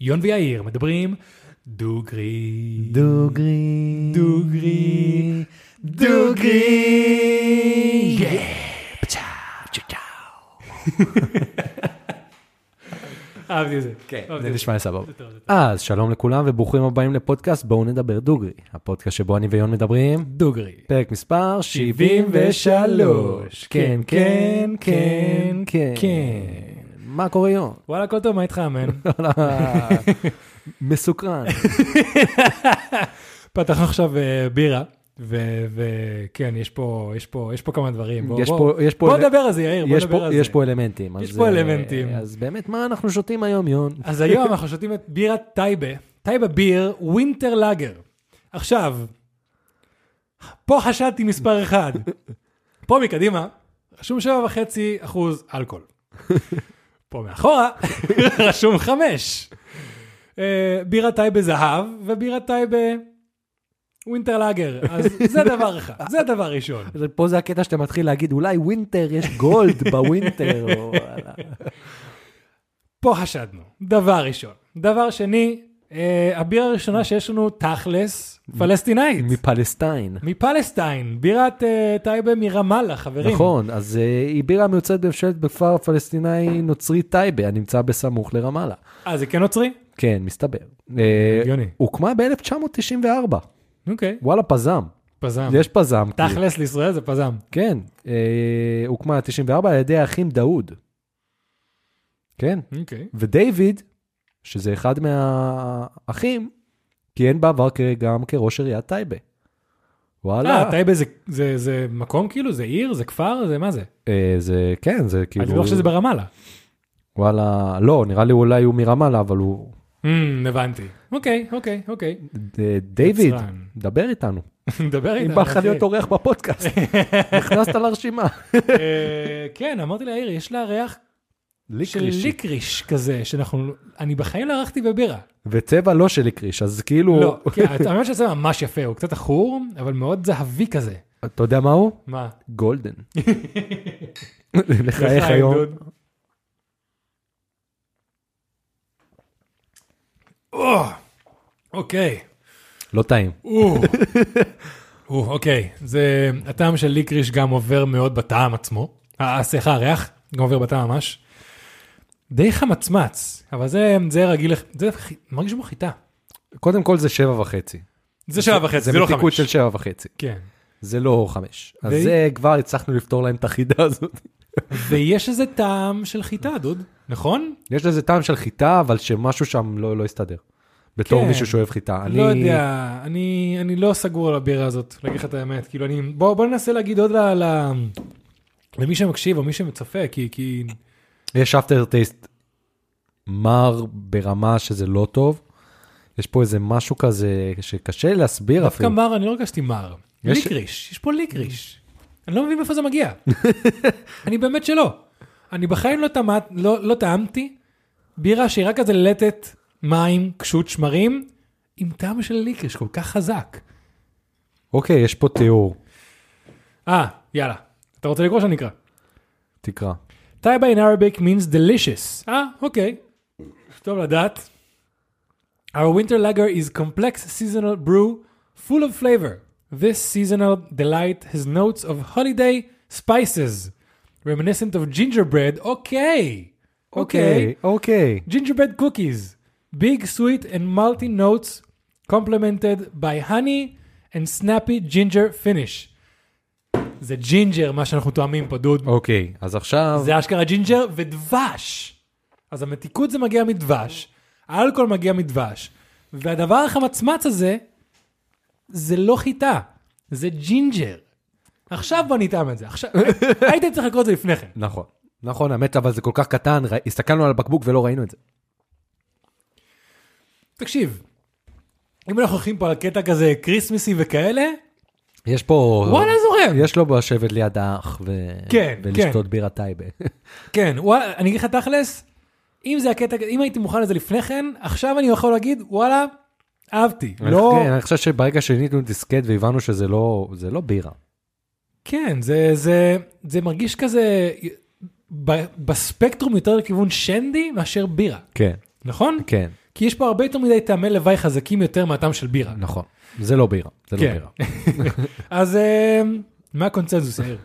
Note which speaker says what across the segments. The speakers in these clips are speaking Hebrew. Speaker 1: יון ויאיר מדברים דוגרי.
Speaker 2: דוגרי. אוקיי.
Speaker 1: דוגרי.
Speaker 2: דוגרי.
Speaker 1: אהבתי את זה.
Speaker 2: כן,
Speaker 1: אהבתי
Speaker 2: זה
Speaker 1: את
Speaker 2: נשמע סבבה.
Speaker 1: זה טוב, זה טוב.
Speaker 2: אז שלום לכולם וברוכים הבאים לפודקאסט בואו נדבר דוגרי, הפודקאסט שבו אני ויון מדברים.
Speaker 1: דוגרי.
Speaker 2: פרק מספר 73. כן, כן, כן, כן.
Speaker 1: כן.
Speaker 2: מה קורה יום?
Speaker 1: וואלה, הכל טוב, מה איתך, מן?
Speaker 2: מסוקרן.
Speaker 1: פתחנו עכשיו אה, בירה, ו- וכן, יש פה, יש פה, יש פה כמה דברים. בוא-
Speaker 2: יש
Speaker 1: בוא-
Speaker 2: פה- יש פה
Speaker 1: בוא
Speaker 2: אלה-
Speaker 1: נדבר על זה, יאיר, בוא
Speaker 2: יש
Speaker 1: נדבר
Speaker 2: פה-
Speaker 1: על זה.
Speaker 2: יש פה אלמנטים.
Speaker 1: יש
Speaker 2: אז,
Speaker 1: פה
Speaker 2: אה,
Speaker 1: אלמנטים.
Speaker 2: אז באמת, מה אנחנו שותים היום, יון?
Speaker 1: אז היום אנחנו שותים את בירת טייבה, טייבה ביר, ווינטר לאגר. עכשיו, פה חשדתי מספר אחד. פה מקדימה, רשום 7.5 אחוז אלכוהול. פה מאחורה, רשום 5. בירת טייבה זהב ובירת טייבה ווינטר לאגר. אז זה דבר אחד, זה דבר ראשון.
Speaker 2: פה זה הקטע שאתה מתחיל להגיד, אולי ווינטר, יש גולד בווינטר. או-
Speaker 1: פה חשדנו, דבר ראשון. דבר שני, אה, הבירה הראשונה שיש לנו תכלס, פלסטינאית.
Speaker 2: מפלסטיין.
Speaker 1: מפלסטיין, בירת אה, טייבה מרמאללה, חברים.
Speaker 2: נכון, אז אה, היא בירה מיוצאת בממשלת בכפר הפלסטיני נוצרי טייבה, הנמצא בסמוך לרמאללה.
Speaker 1: אה, זה כן נוצרי?
Speaker 2: כן, מסתבר. אה,
Speaker 1: הגיוני.
Speaker 2: הוקמה ב-1994.
Speaker 1: אוקיי,
Speaker 2: וואלה, פזם.
Speaker 1: פזם.
Speaker 2: יש פזם. כאילו.
Speaker 1: אה, תכלס לישראל זה פזם.
Speaker 2: כן, אה, הוקמה ב-94 על ידי האחים דאוד. כן,
Speaker 1: אוקיי.
Speaker 2: ודייוויד, שזה אחד מהאחים, כיהן בעבר כ- גם כראש עיריית טייבה. וואלה,
Speaker 1: אה, טייבה זה- זה- זה מקום כאילו? זה עיר? זה כפר? זה מה זה?
Speaker 2: אה, זה, כן, זה
Speaker 1: אני
Speaker 2: כאילו,
Speaker 1: בטוח שזה ברמאללה.
Speaker 2: וואלה, לא, נראה לי אולי הוא מרמאללה, אבל הוא,
Speaker 1: אמ, הבנתי. אוקיי, אוקיי, אוקיי.
Speaker 2: ד- דיוויד,
Speaker 1: יצרן.
Speaker 2: דבר איתנו.
Speaker 1: נדבר איתה.
Speaker 2: אם בא לך
Speaker 1: אוקיי.
Speaker 2: להיות אורח בפודקאסט, נכנסת לרשימה.
Speaker 1: אה, כן, אמרתי ליאיר, יש לה ריח של
Speaker 2: ליקרישי.
Speaker 1: ליקריש כזה, שאנחנו... אני בחיים לא ערכתי בבירה.
Speaker 2: וצבע לא של ליקריש, אז כאילו,
Speaker 1: לא, כן, האמת שזה ממש יפה, הוא קצת עכור, אבל מאוד זהבי כזה.
Speaker 2: אתה יודע מה הוא?
Speaker 1: מה?
Speaker 2: גולדן. לחייך היום.
Speaker 1: או, אוקיי.
Speaker 2: לא טעים.
Speaker 1: או, או, אוקיי. זה, הטעם של ליקריש גם עובר מאוד בטעם עצמו. אה, סליחה, הריח גם עובר בטעם ממש. די חמצמץ, אבל זה, זה רגיל, לח- זה חי- מרגיש כמו חיטה.
Speaker 2: קודם כל זה שבע וחצי.
Speaker 1: זה שבע וחצי, זה לא
Speaker 2: מתיקות
Speaker 1: חמש.
Speaker 2: של שבע וחצי.
Speaker 1: כן.
Speaker 2: זה לא חמש. אז
Speaker 1: והיא-
Speaker 2: זה כבר הצלחנו לפתור להם את החידה הזאת.
Speaker 1: ויש איזה טעם של חיטה, דוד, נכון?
Speaker 2: יש לזה טעם של חיטה, אבל שמשהו שם לא לא הסתדר. בתור
Speaker 1: כן.
Speaker 2: מישהו שאוהב חיטה.
Speaker 1: אני... לא יודע, אני, אני לא סגור על הבירה הזאת, להגיד לך את האמת. כאילו, אני... בוא, בוא ננסה להגיד עוד ל, ל, למי שמקשיב או מי שמצפה, כי... כי...
Speaker 2: יש אפטר טייסט מר ברמה שזה לא טוב. יש פה איזה משהו כזה שקשה להסביר
Speaker 1: דווקא
Speaker 2: אפילו.
Speaker 1: מר, אני לא הרגשתי מר.
Speaker 2: יש-
Speaker 1: יש... ליקריש, יש פה ליקריש. אני לא מבין מאיפה זה מגיע. אני באמת שלא. אני בחיים לא, טעמת, לא, לא טעמתי בירה שהיא רק כזה ללטת מים, קשות שמרים, עם טעם של ליקריש כל כך חזק.
Speaker 2: אוקיי, יש פה תיאור,
Speaker 1: אה, יאללה. אתה רוצה לקרוא שאני אקרא?
Speaker 2: תקרא.
Speaker 1: טייבה in Arabic means delicious. אה, אוקיי. טוב לדעת. Our winter lager is complex seasonal brew full of flavor. This seasonal delight has notes of holiday spices, reminiscent of gingerbread. אוקיי. אוקיי.
Speaker 2: אוקיי.
Speaker 1: Gingerbread cookies. Big, sweet, and malty notes complemented by honey and snappy ginger finish. זה ג'ינג'ר מה שאנחנו טועמים פה, דוד.
Speaker 2: אוקיי, אז עכשיו,
Speaker 1: זה אשכרה ג'ינג'ר ודבש. אז המתיקות זה מגיע מדבש, האלכוהול מגיע מדבש, והדבר החמצמץ הזה, זה לא חיטה, זה ג'ינג'ר. עכשיו בוא נטעם את זה, עכשיו, הייתם צריך לקרוא את זה לפני כן.
Speaker 2: נכון. נכון, האמת, אבל זה כל כך קטן, ר- הסתכלנו על הבקבוק ולא ראינו את זה.
Speaker 1: תקשיב, אם אנחנו הולכים פה על קטע כזה כריסמסי וכאלה,
Speaker 2: יש פה...
Speaker 1: וואלה זורם.
Speaker 2: יש לו בשבת ליד האח ו...
Speaker 1: כן,
Speaker 2: ולשתות בירה טייבה.
Speaker 1: כן, וואלה, אני אגיד לך תכלס, אם זה הקטע, אם הייתי מוכן לזה לפני כן, עכשיו אני יכול להגיד, וואלה, אהבתי. לא...
Speaker 2: כן, אני חושב שברגע שניתנו דיסקט והבנו שזה לא, זה לא בירה.
Speaker 1: כן, זה, זה, זה מרגיש כזה ב, בספקטרום יותר לכיוון שנדי מאשר בירה,
Speaker 2: כן,
Speaker 1: נכון?
Speaker 2: כן.
Speaker 1: כי יש פה הרבה יותר מדי טעמי לוואי חזקים יותר מהטעם של בירה.
Speaker 2: נכון. זה לא בירה, זה לא
Speaker 1: כן.
Speaker 2: בירה.
Speaker 1: אז אה, מה הקונצנזוס, יאיר?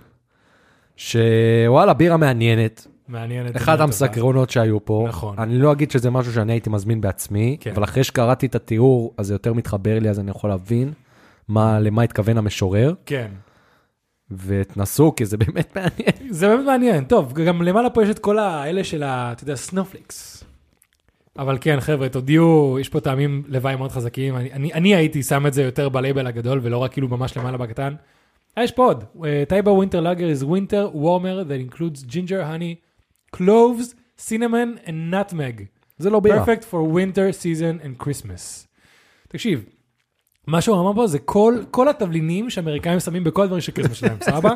Speaker 2: שוואלה, בירה מעניינת.
Speaker 1: מעניינת.
Speaker 2: אחד
Speaker 1: טובה.
Speaker 2: המסקרונות שהיו פה.
Speaker 1: נכון.
Speaker 2: אני לא אגיד שזה משהו שאני הייתי מזמין בעצמי,
Speaker 1: כן.
Speaker 2: אבל אחרי שקראתי את התיאור, אז זה יותר מתחבר לי, אז אני יכול להבין מה, למה התכוון המשורר,
Speaker 1: כן.
Speaker 2: ותנסו, כי זה באמת מעניין.
Speaker 1: זה באמת מעניין. טוב, גם למעלה פה יש את כל האלה של ה... אתה יודע, סנופליקס. אבל כן, חבר'ה, תודיעו, יש פה טעמים לוואי מאוד חזקים. אני, אני, אני הייתי שם את זה יותר בלייבל הגדול, ולא רק כאילו ממש למעלה בקטן. אה, יש פה עוד. טייבה ווינטר לאגר is winter warmer that includes ginger, honey, cloves, cinnamon and nutmeg.
Speaker 2: זה לא בירה.
Speaker 1: perfect for winter season and Christmas. תקשיב, מה שהוא אמר פה זה כל, כל התבלינים שאמריקאים שמים בכל הדברים של קריסמס שלהם, סבבה?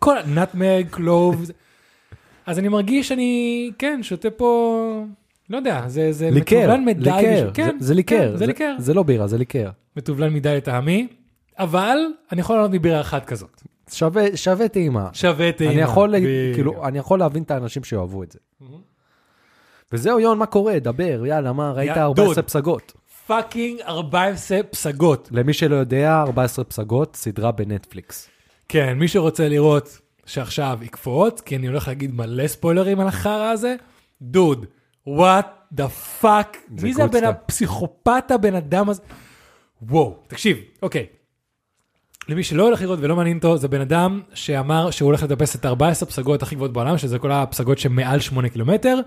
Speaker 1: כל נטמג, קלוב. זה- אז אני מרגיש שאני, כן, שותה פה, לא יודע, זה, זה
Speaker 2: ליקר,
Speaker 1: מטובלן מדי.
Speaker 2: ליקר,
Speaker 1: בשביל- כן,
Speaker 2: זה- זה ליקר,
Speaker 1: כן, זה ליקר.
Speaker 2: זה לא בירה, זה ליקר.
Speaker 1: מטובלן מדי לטעמי, אבל אני יכול לענות מבירה אחת כזאת.
Speaker 2: שווה, שווה טעימה.
Speaker 1: שווה טעימה.
Speaker 2: אני יכול, לה-
Speaker 1: בדיוק.
Speaker 2: כאילו, אני יכול להבין את האנשים שאוהבו את זה. וזהו, יון, מה קורה? דבר, יאללה, מה, ראית
Speaker 1: יא,
Speaker 2: 14
Speaker 1: דוד.
Speaker 2: פסגות.
Speaker 1: פאקינג 14 פסגות.
Speaker 2: למי שלא יודע, 14 פסגות, סדרה בנטפליקס.
Speaker 1: כן, מי שרוצה לראות שעכשיו יקפוץ, כי אני הולך להגיד מלא ספוילרים על החרא הזה, דוד, וואט דה פאק,
Speaker 2: זה
Speaker 1: מי זה
Speaker 2: good
Speaker 1: הבן
Speaker 2: stuff.
Speaker 1: הפסיכופת הבן אדם הזה? וואו, תקשיב, אוקיי. למי שלא הולך לראות ולא מעניין אותו, זה בן אדם שאמר שהוא הולך לטפס את 14 פסגות הכי גבוהות בעולם, שזה כל הפסגות שמעל 8 קילומטר,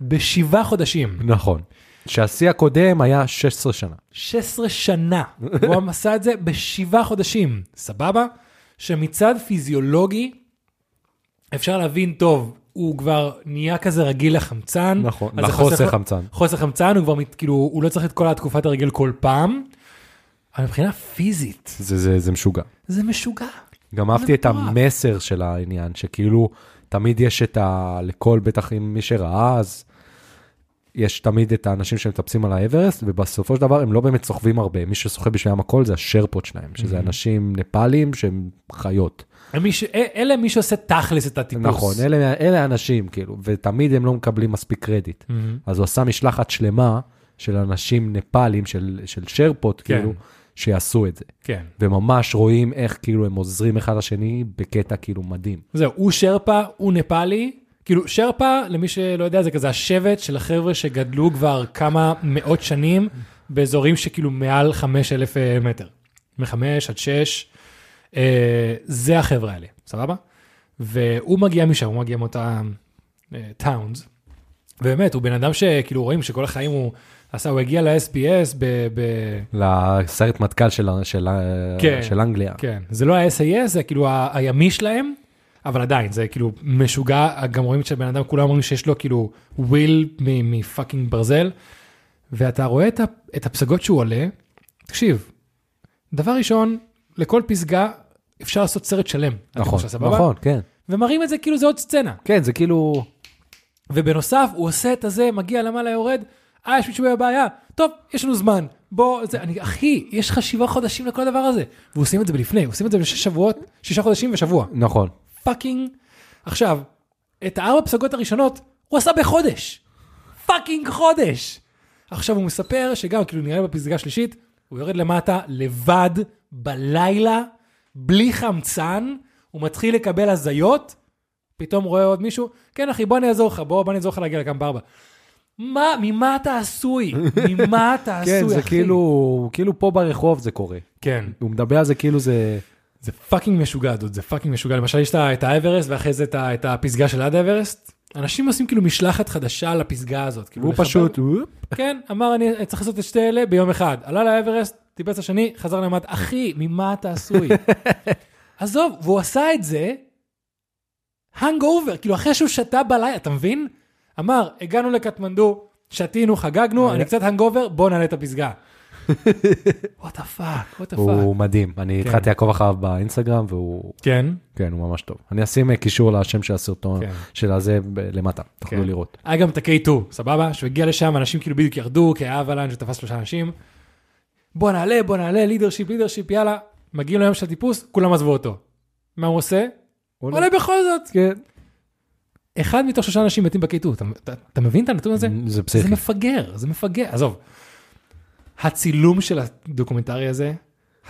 Speaker 1: בשבעה חודשים.
Speaker 2: נכון. שהשיא הקודם היה 16 שנה.
Speaker 1: 16 שנה. הוא עשה את זה בשבעה חודשים, סבבה? שמצד פיזיולוגי אפשר להבין טוב, הוא כבר נהיה כזה רגיל לחמצן.
Speaker 2: נכון,
Speaker 1: אז זה
Speaker 2: לחוסר חמצן.
Speaker 1: חוסר חמצן, הוא כבר מת- כאילו, הוא לא צריך את כל התקופת הרגל כל פעם. אבל מבחינה פיזית,
Speaker 2: זה, זה, זה משוגע.
Speaker 1: זה משוגע.
Speaker 2: גם אהבתי את
Speaker 1: מטורף.
Speaker 2: המסר של העניין, שכאילו, תמיד יש את ה... לכל, בטח אם מי שראה, אז יש תמיד את האנשים שמטפסים על האברסט, ובסופו של דבר הם לא באמת סוחבים הרבה. מי שסוחב בשבילם הכל זה השרפות שלהם, שזה אנשים נפאלים שהם חיות.
Speaker 1: מי ש- אלה- אלה מי שעושה תכלס את הטיפוס.
Speaker 2: נכון, אלה, אלה האנשים, כאילו, ותמיד הם לא מקבלים מספיק קרדיט. אז הוא עשה משלחת שלמה של אנשים נפאלים, של, של שרפות,
Speaker 1: כן.
Speaker 2: כאילו, שיעשו את זה.
Speaker 1: כן.
Speaker 2: וממש רואים איך כאילו הם עוזרים אחד לשני בקטע כאילו מדהים.
Speaker 1: זהו, הוא שרפה, הוא נפאלי. כאילו, שרפה, למי שלא יודע, זה כזה השבט של החבר'ה שגדלו כבר כמה מאות שנים באזורים שכאילו מעל 5,000 אה, מטר. מ-5 עד 6, אה, זה החבר'ה האלה, סבבה? והוא מגיע משם, הוא מגיע מאותה טאונס. באמת, הוא בן אדם שכאילו רואים שכל החיים הוא עשה, הוא הגיע ל-SPS ב... ב-
Speaker 2: לסיירת מטכ"ל של, של,
Speaker 1: כן.
Speaker 2: של אנגליה.
Speaker 1: כן, זה לא ה-SAS, זה כאילו ה- הימי שלהם, אבל עדיין, זה כאילו משוגע, גם רואים שבן אדם, כולם אומרים שיש לו כאילו וויל מ- מפאקינג ברזל, ואתה רואה את, ה- את הפסגות שהוא עולה, תקשיב, דבר ראשון, לכל פסגה אפשר לעשות סרט שלם.
Speaker 2: נכון,
Speaker 1: התחושה, סבבה?
Speaker 2: נכון, כן.
Speaker 1: ומראים את זה כאילו זה עוד סצנה.
Speaker 2: כן, זה כאילו,
Speaker 1: ובנוסף, הוא עושה את הזה, מגיע למעלה, יורד, אה, יש מישהו בבעיה, טוב, יש לנו זמן, בוא, זה, אני, אחי, יש לך שבעה חודשים לכל הדבר הזה. ועושים את זה בלפני, עושים את זה בשש שבועות, שישה חודשים ושבוע.
Speaker 2: נכון.
Speaker 1: פאקינג. עכשיו, את הארבע פסגות הראשונות, הוא עשה בחודש. פאקינג חודש. עכשיו הוא מספר שגם, כאילו נראה לי בפסגה השלישית, הוא יורד למטה לבד, בלילה, בלי חמצן, הוא מתחיל לקבל הזיות, פתאום רואה עוד מישהו, כן אחי, בוא אני אעזור לך, בוא, בוא אני אעזור לך להגיע לקמפ ארבע. מה, ממה אתה עשוי? ממה אתה עשוי,
Speaker 2: כן,
Speaker 1: אחי?
Speaker 2: זה כאילו, כאילו פה ברחוב זה קורה.
Speaker 1: כן.
Speaker 2: הוא מדבר על זה כאילו זה,
Speaker 1: זה פאקינג משוגע, דוד, זה פאקינג משוגע. למשל, יש את ה- את האברסט ואחרי זה את ה- את הפסגה של עד האברסט. אנשים עושים כאילו משלחת חדשה לפסגה הזאת. כאילו,
Speaker 2: הוא
Speaker 1: לחבר-
Speaker 2: פשוט, "אופ".
Speaker 1: כן, אמר, אני צריך לעשות את שתי אלה ביום אחד. עלה לאברסט, טיפס השני, חזר למטה. אחי, ממה אתה עשוי? עזוב, והוא עשה את זה, האנג אובר, כאילו, אחרי שהוא שתה בלילה, אתה מבין? אמר, הגענו לקטמנדו, שתינו,
Speaker 2: אה.
Speaker 1: חגגנו, אני קצת האנג אובר, בוא נעלה את הפסגה. וואט דה פאק, וואט דה פאק.
Speaker 2: הוא מדהים. אני
Speaker 1: כן.
Speaker 2: התחלתי לעקוב אחריו באינסטגרם והוא,
Speaker 1: כן.
Speaker 2: כן, הוא ממש טוב. אני אשים אה, קישור לשם של הסרטון,
Speaker 1: כן.
Speaker 2: של הזה ב- למטה, תוכלו
Speaker 1: כן.
Speaker 2: לראות.
Speaker 1: היה גם את ה-K2, סבבה? שהוא הגיע לשם, אנשים כאילו בדיוק ירדו, כי היה אבלנג' הוא תפס שלושה אנשים. בוא נעלה, בוא נעלה, לידרשיפ, לידרשיפ, יאללה. מגיעים ליום של הטיפוס, כולם עזבו אותו. מה הוא עושה? עולה בכל זאת.
Speaker 2: כן.
Speaker 1: אחד מתוך שלושה אנשים מתים בקיטור. אתה, אתה, אתה מבין את הנתון הזה?
Speaker 2: זה פסיכי.
Speaker 1: זה מפגר, זה מפגר. עזוב, הצילום של הדוקומנטרי הזה,